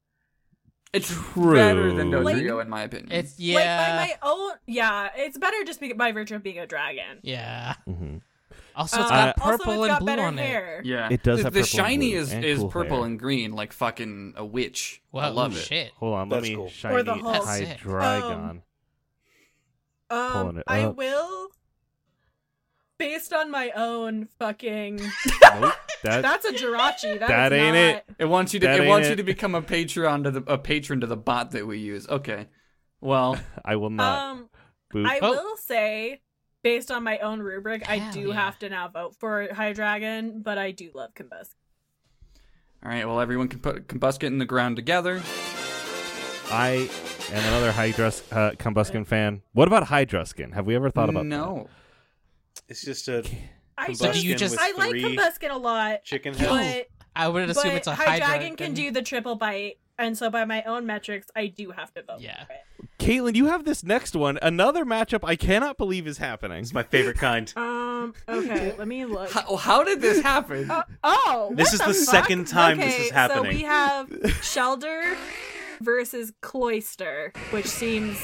E: It's
D: True.
E: better than
A: Like-
E: Dodrio, in my opinion.
C: It's
A: Like by
C: yeah,
A: my own. Yeah, it's better just be, by virtue of being a dragon.
C: yeah.
D: Mhm.
C: Also, it's
A: Um,
C: got
A: also,
C: purple
A: it's
C: and
A: got
C: blue
A: better
C: on it.
A: hair.
E: yeah,
D: It does
E: The,
D: have
E: the
D: purple and
E: shiny
D: blue
E: is
D: and
E: is
D: cool
E: purple
D: hair.
E: and green, like fucking a witch.
C: Well,
E: I love
C: oh,
E: it.
C: shit.
D: Hold on,
B: That's
D: let me
B: cool.
D: shiny
A: Or the Hulk.
C: That's it.
D: Hydreigon.
A: Um, Um,
D: Pulling it
A: I
D: up.
A: will. Based on my own fucking.
D: nope, that,
A: That's a Jirachi. That,
D: That
A: is
D: ain't
A: not-
D: it.
E: It wants you to.
D: That
E: It
D: ain't
E: wants
D: it.
E: you to become a patron to the a patron to the bot that we use. Okay. Well,
D: I will not.
A: Um,
D: Boop.
A: I
C: Oh.
A: will say, based on my own rubric, I
C: Hell
A: do
C: yeah.
A: have to now vote for Hydreigon, but I do love Combuskin.
E: all right. Well, everyone can put combusket in the ground together.
D: I am another Hydrus uh, Combuskin fan. What about Hydruskin? Have we ever thought about that?
E: no.
B: It's just a
A: I
B: combustion
C: do you just-
B: with
A: I like
B: three
A: Combuskin a lot,
B: chicken heads.
A: but
C: I would assume
A: but
C: it's a
A: Hydreigon
C: Hydreigon.
A: can do the triple bite, and so by my own metrics, I do have to vote.
C: Yeah.
A: for it.
D: Caitlin, you have this next one. Another matchup I cannot believe is happening.
B: It's my favorite kind.
A: Um. Okay. let me look.
E: How, how did this happen?
A: Oh,
B: This
A: what
B: is
A: the,
B: the
A: fuck?
B: second time this
A: okay,
B: is happening.
A: So we have Shelter versus Cloister, which seems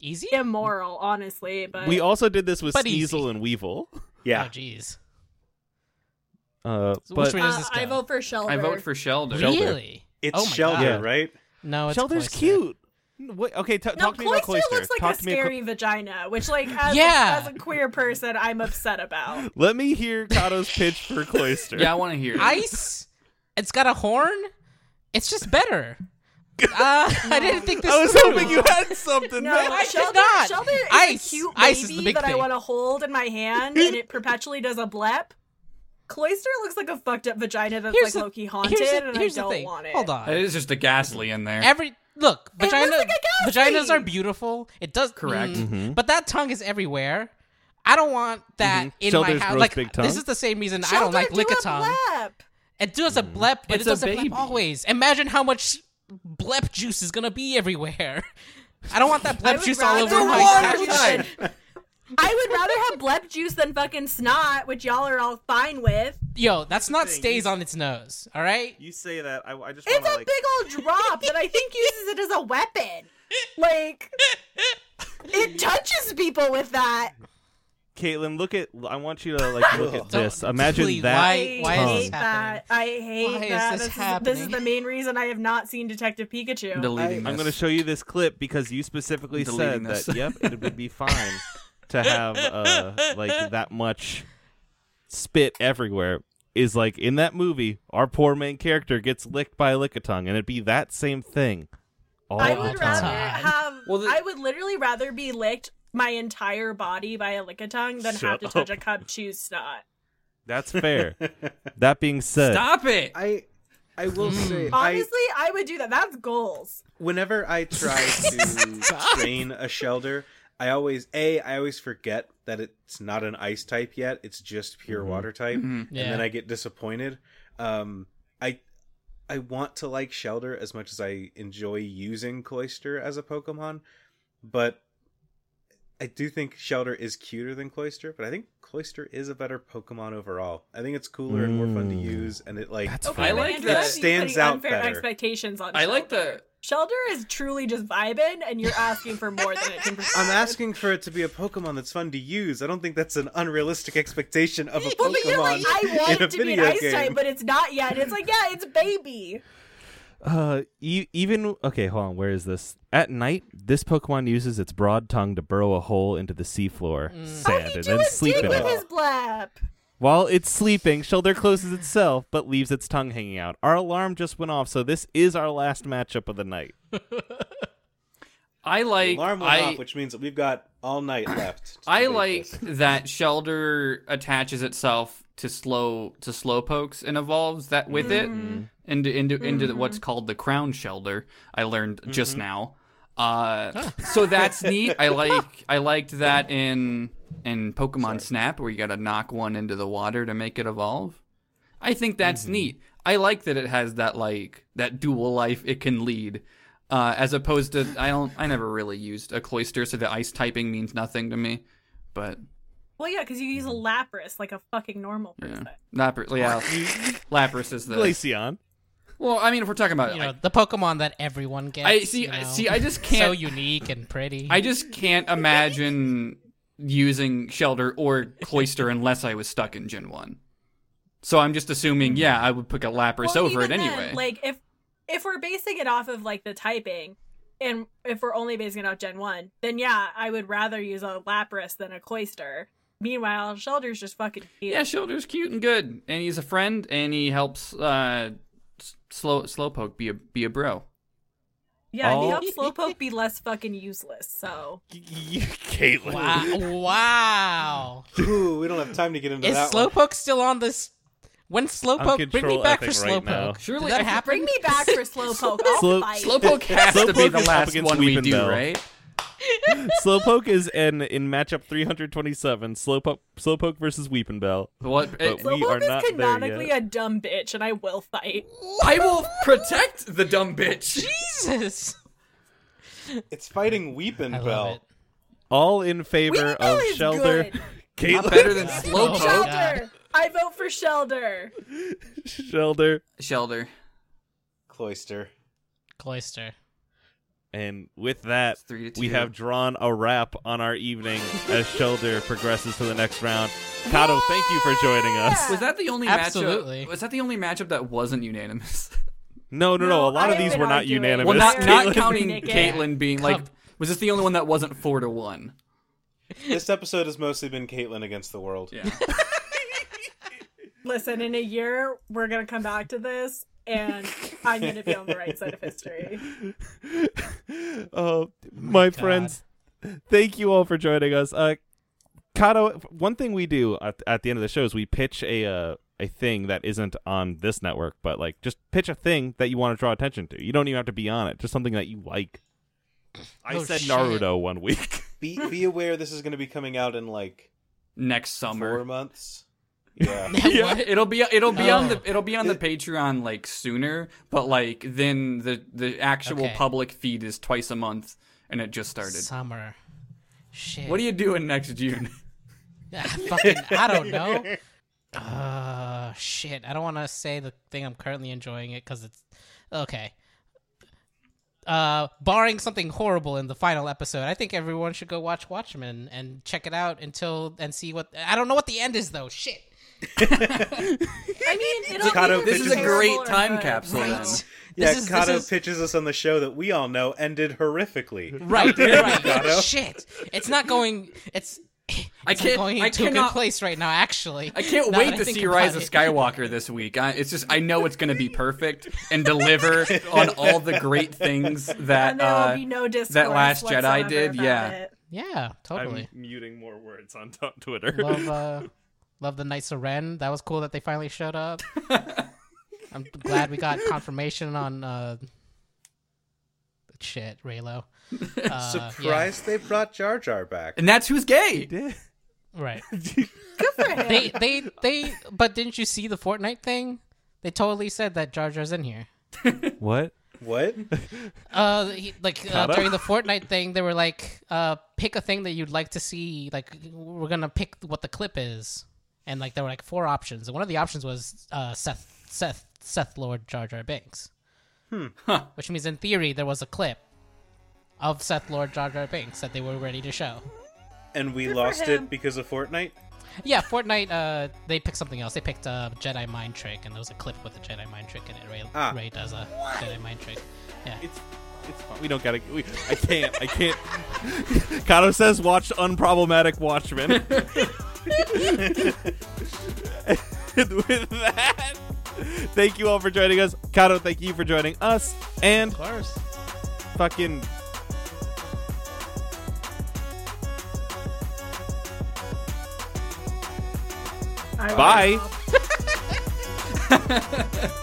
C: Easy. Oh,
A: immoral, honestly. But
D: We also did this with
C: But easy.
D: Sneasel and Weevil.
C: Oh,
B: Yeah,
C: jeez.
D: Uh,
C: So
D: but
C: which one- where does
A: Uh,
C: this
A: I
C: go?
A: vote for Shelter.
E: I vote for Shelter.
C: Really?
B: it's
C: oh my
B: Shelter,
C: God.
B: right?
C: No, it's
D: Shelter's
C: Cloyster.
D: cute. N- What? Okay, t-
A: No,
D: talk to me about
A: cloister
D: Cloyster.
A: looks like
D: talk
A: a
D: to me. about
A: scary vagina, which, like, as,
C: Yeah.
A: as a queer person, I'm upset about.
D: Clo- Let me hear Kato's pitch for Cloyster.
E: Yeah, I want to hear. it.
C: Ice. It's got a horn. It's just better. Uh, I didn't think this
D: I was
C: through.
D: hoping you had something.
A: No,
D: man.
C: I did
A: Shelter,
C: not.
A: Shelter is
C: Ice.
A: a cute baby
C: Ice is the big
A: that I
C: thing.
A: want to hold in my hand, and it perpetually does a blep. Cloister looks like a fucked up vagina that's like
C: Here's the-
A: low key
C: here's
A: haunted,
C: the-
A: and I
C: here's the
A: don't
C: thing.
A: want it.
C: Hold
E: It
C: on.
E: is just a ghastly in there.
C: Every look,
A: looks
C: vagina,
A: like a
C: vaginas
A: ghastly.
C: are beautiful. It does
E: Correct.
C: mm, but that tongue is everywhere. I don't want that in
D: Shelter's
C: my house.
D: gross
C: Like
D: big
C: this
D: tongue.
C: is the same reason I
A: Shelter,
C: don't like
A: do
C: lick
A: a
C: a tongue.
A: blep.
C: It does a blep, but
E: It's
C: it
E: a
C: does a,
E: baby.
C: blep always. Imagine how much blep juice is gonna be everywhere. I don't want that
A: I
C: blep
A: would
C: juice all
A: rather
C: over
A: have
C: my
E: water
C: couch.
E: line.
A: I would rather have blep juice than fucking snot, which y'all are all fine with.
C: Yo, that's not
D: thing,
C: stays
D: you-
C: on its nose. All right.
D: You say that. I, I just
A: It's a big old drop that I think uses it as a weapon. Like it touches people with that.
D: Caitlin, look at. I want you to like look at
C: Don't-
D: this. Imagine
C: please,
D: that.
C: Why- why
A: I
C: is
D: tongue.
C: this
A: hate that. I hate
C: Why is
A: that.
C: this
A: this, is, this is
C: happening?
A: the main reason I have not seen Detective Pikachu.
E: Deleting
D: I'm
E: this.
D: going to show you this clip because you specifically said
E: Deleting this.
D: that. Yep, it would be fine to have uh, like that much spit everywhere. Is like in that movie, our poor main character gets licked by a lickitung, and it'd be that same thing. All
A: I
D: the
A: would rather
D: time.
C: time.
A: have.
E: Well, the-
A: I would literally rather be licked my entire body by a lickitung than have
D: Shut
A: to touch a
D: up.
A: cup choose snot.
D: That's fair. that being said,
E: Stop it.
B: I, I will
C: Hmm.
B: say, I
A: Honestly, I would do that. That's goals.
B: whenever I try to train a shelter, I always a I always forget that it's not an ice type yet. It's just pure
C: Mm-hmm.
B: water type, and
C: Yeah.
B: then I get disappointed. Um, I I want to like shelter as much as I enjoy using cloister as a Pokemon, but I do think shelter is cuter than cloister. But I think cloister is a better Pokemon overall. I think it's cooler and more fun to
D: Mm.
B: use, and it like
D: That's
A: Okay,
E: I
A: but
E: like
A: Andrew, I
E: that-
A: think you
B: Stands
A: putting
B: out
A: unfair
B: better.
A: expectations on.
E: I like
A: Shelter.
E: the.
A: Shelter is truly just vibing, and you're asking for more than it can. provide.
B: I'm asking for it to be a Pokemon that's fun to use. I don't think that's an unrealistic expectation of a
A: Well, but you're like,
B: Pokemon.
A: I want
B: in a
A: it to be an
B: video
A: ice
B: game.
A: type, but it's not yet. And it's like, yeah, it's baby.
D: Uh, e- even okay. Hold on. Where is this? At night, this Pokemon uses its broad tongue to burrow a hole into the seafloor
A: Oh,
D: sand
A: he
D: and
A: drew
D: then
A: a
D: sleep
A: dig
D: in
A: with
D: it.
A: his blap.
D: While it's sleeping, Shelter closes itself but leaves its tongue hanging out. Our alarm just went off, so this is our last matchup of the night.
E: I like.
B: Alarm went
E: I,
B: off, which means that we've got all night left. to
E: I
B: debate
E: like
B: this.
E: that Shelter attaches itself to slow to slowpokes and evolves that with it into into into what's called the crown shelter. I learned just now. Uh, so that's neat. I like I liked that in in Pokemon Snap where you got to knock one into the water to make it evolve. I think that's neat. I like that it has that like that dual life it can lead, uh, as opposed to I don't I never really used a cloister, so the ice typing means nothing to me. But
A: Well, yeah, because you use a Lapras like a fucking normal person.
E: Lapras, yeah, Lapras is the
D: Glaceon.
E: well. I mean, if we're talking about,
C: You know, the Pokemon that everyone gets.
E: I see.
C: you
E: I
C: know?
E: see. I just
C: so
E: can't.
C: unique and pretty.
E: I just can't imagine using shelter or cloister unless I was stuck in Gen One. So I'm just assuming,
C: Hmm.
E: yeah, I would pick a Lapras
A: Well,
E: over it
A: even then,
E: anyway.
A: like if if we're basing it off of like the typing, and if we're only basing it off Gen One, then yeah, I would rather use a Lapras than a Cloister. Meanwhile, Shelter's just fucking cute.
E: yeah, Shelter's cute and good, and he's a friend, and he helps uh, s- slow slowpoke be a be a bro.
A: yeah he
D: Oh.
A: helps Slowpoke be less fucking useless. So
D: Y- y- Caitlin.
C: Wow! wow.
B: Ooh, we don't have time to get into
C: Is
B: that
C: Slowpoke still on this? When Slowpoke, bring me
D: Uncontrol
C: back for
D: ethic right now.
C: Slowpoke. Did
E: Surely
C: that
E: I could
C: happen?
A: bring me back for Slowpoke. I'll
D: Slow-
A: fight.
E: Slowpoke has to be
D: Slowpoke
E: the
D: is up
E: last
D: against
E: one we
D: Weeping
E: do,
D: Bell.
E: right?
D: Slowpoke is in in matchup 327. Slowpoke Slowpoke versus Weeping Bell.
E: What?
D: But we are
A: Slowpoke is
D: not there
A: canonically
D: yet.
A: a dumb bitch, and I will fight.
E: I will protect the dumb bitch.
C: Jesus.
B: one. It's fighting Weeping
C: I love
B: Bell.
C: it.
D: All in favor
A: Weeping Bell
D: of
A: is
D: Shelter.
A: good.
E: Not
D: Caitlin
E: better than
C: Oh,
E: Slowpoke.
C: God.
A: Shelter, I vote for Shelter.
D: Shelter
E: Shelter.
B: Cloister.
C: Cloister.
D: And with that,
E: It's three to
D: we
E: two.
D: have drawn a wrap on our evening as Shelter progresses to the next round. Kato, thank you for joining us.
E: Was that the only
C: Absolutely.
E: matchup? Was that the only matchup that wasn't unanimous?
D: No, no, no.
A: No,
D: a lot
A: I
D: of these
A: have
D: were
A: been
D: not
A: arguing.
D: unanimous.
E: well, not not
A: Caitlyn.
E: counting
A: Nick, yeah.
E: Caitlyn being like.
C: Come.
E: Was this the only one that wasn't four to one?
B: This episode has mostly been Caitlin against the world.
E: Yeah.
A: Listen, in a year, we're gonna come back to this, and I'm gonna be on the right side of history.
D: oh, my,
C: God.
D: friends, thank you all for joining us. Uh, Kato, one thing we do at, at the end of the show is we pitch a uh, a thing that isn't on this network, but like just pitch a thing that you want to draw attention to. You don't even have to be on it; just something that you like. I
C: Oh,
D: said
C: shit.
D: Naruto one week.
B: Be be aware this is going to be coming out in like
E: Next
B: four
E: summer.
B: months. Yeah.
E: What? It'll be it'll be on the
C: Oh.
E: it'll be on the Patreon like sooner, but like then the the actual
C: Okay.
E: public feed is twice a month, and it just started.
C: Summer. Shit.
E: What are you doing next June?
C: Ah, fucking, I don't know. Uh, shit. I don't want to say the thing I'm currently enjoying it because it's okay. Uh, barring something horrible in the final episode, I think everyone should go watch Watchmen and check it out until and see what. I don't know what the end is though. Shit.
A: I mean, it'll
B: Kato,
A: either be
B: this is a
A: terrible
E: great
A: or
E: time
A: good.
E: capsule, then.
C: Right.
B: Yeah,
C: This is-
B: Kato
C: this is- Uh,
B: pitches us on the show that we all know ended horrifically.
C: Right.
B: Gato.
C: right. Shit. It's not going. It's.
E: I
C: It's not
E: can't-
C: going
E: I
C: into a
E: cannot-
C: good place right now. Actually,
E: I can't wait to see Rise of Skywalker this week. I, it's just I know it's going to be perfect and deliver on all the great things that
A: And there
E: uh,
A: will be no discourse.
E: that Last Jedi
A: whatsoever
E: did.
A: about
E: Yeah.
A: it.
C: Yeah, totally.
D: muting more words on t- Twitter.
C: Love, uh, love the Knights of Ren. That was cool that they finally showed up. I'm glad we got confirmation on uh, shit, Raylo. Uh,
B: Surprised they brought Jar Jar back.
E: and that's who's gay.
C: yeah, right?
A: Good for him.
C: They, they, they. But didn't you see the Fortnite thing? They totally said that Jar Jar's in here.
D: what?
B: What?
C: Uh, he, like uh,
D: Kata?
C: during the Fortnite thing, they were like, uh, pick a thing that you'd like to see. Like, we're gonna pick what the clip is, and like there were like four options, and one of the options was uh, Seth, Seth, Seth Lord Jar Jar Binks. Hmm. Which means in theory there was a clip of Seth Lord Jar Jar Binks that they were ready to show.
B: And we
A: Good for
B: lost
A: him.
B: it because of Fortnite?
C: Yeah, Fortnite. Uh, they picked something else. They picked a Jedi mind trick, and there was a clip with a Jedi mind trick in it. Ray,
B: Ah.
C: Ray does a Jedi mind trick. Yeah.
D: It's it's fine. We don't gotta. We, I can't. I can't. Kato says, "Watch unproblematic Watchmen." and with that, thank you all for joining us. Kato, thank you for joining us. And
C: Of course.
D: fucking.
F: I will.
A: Bye.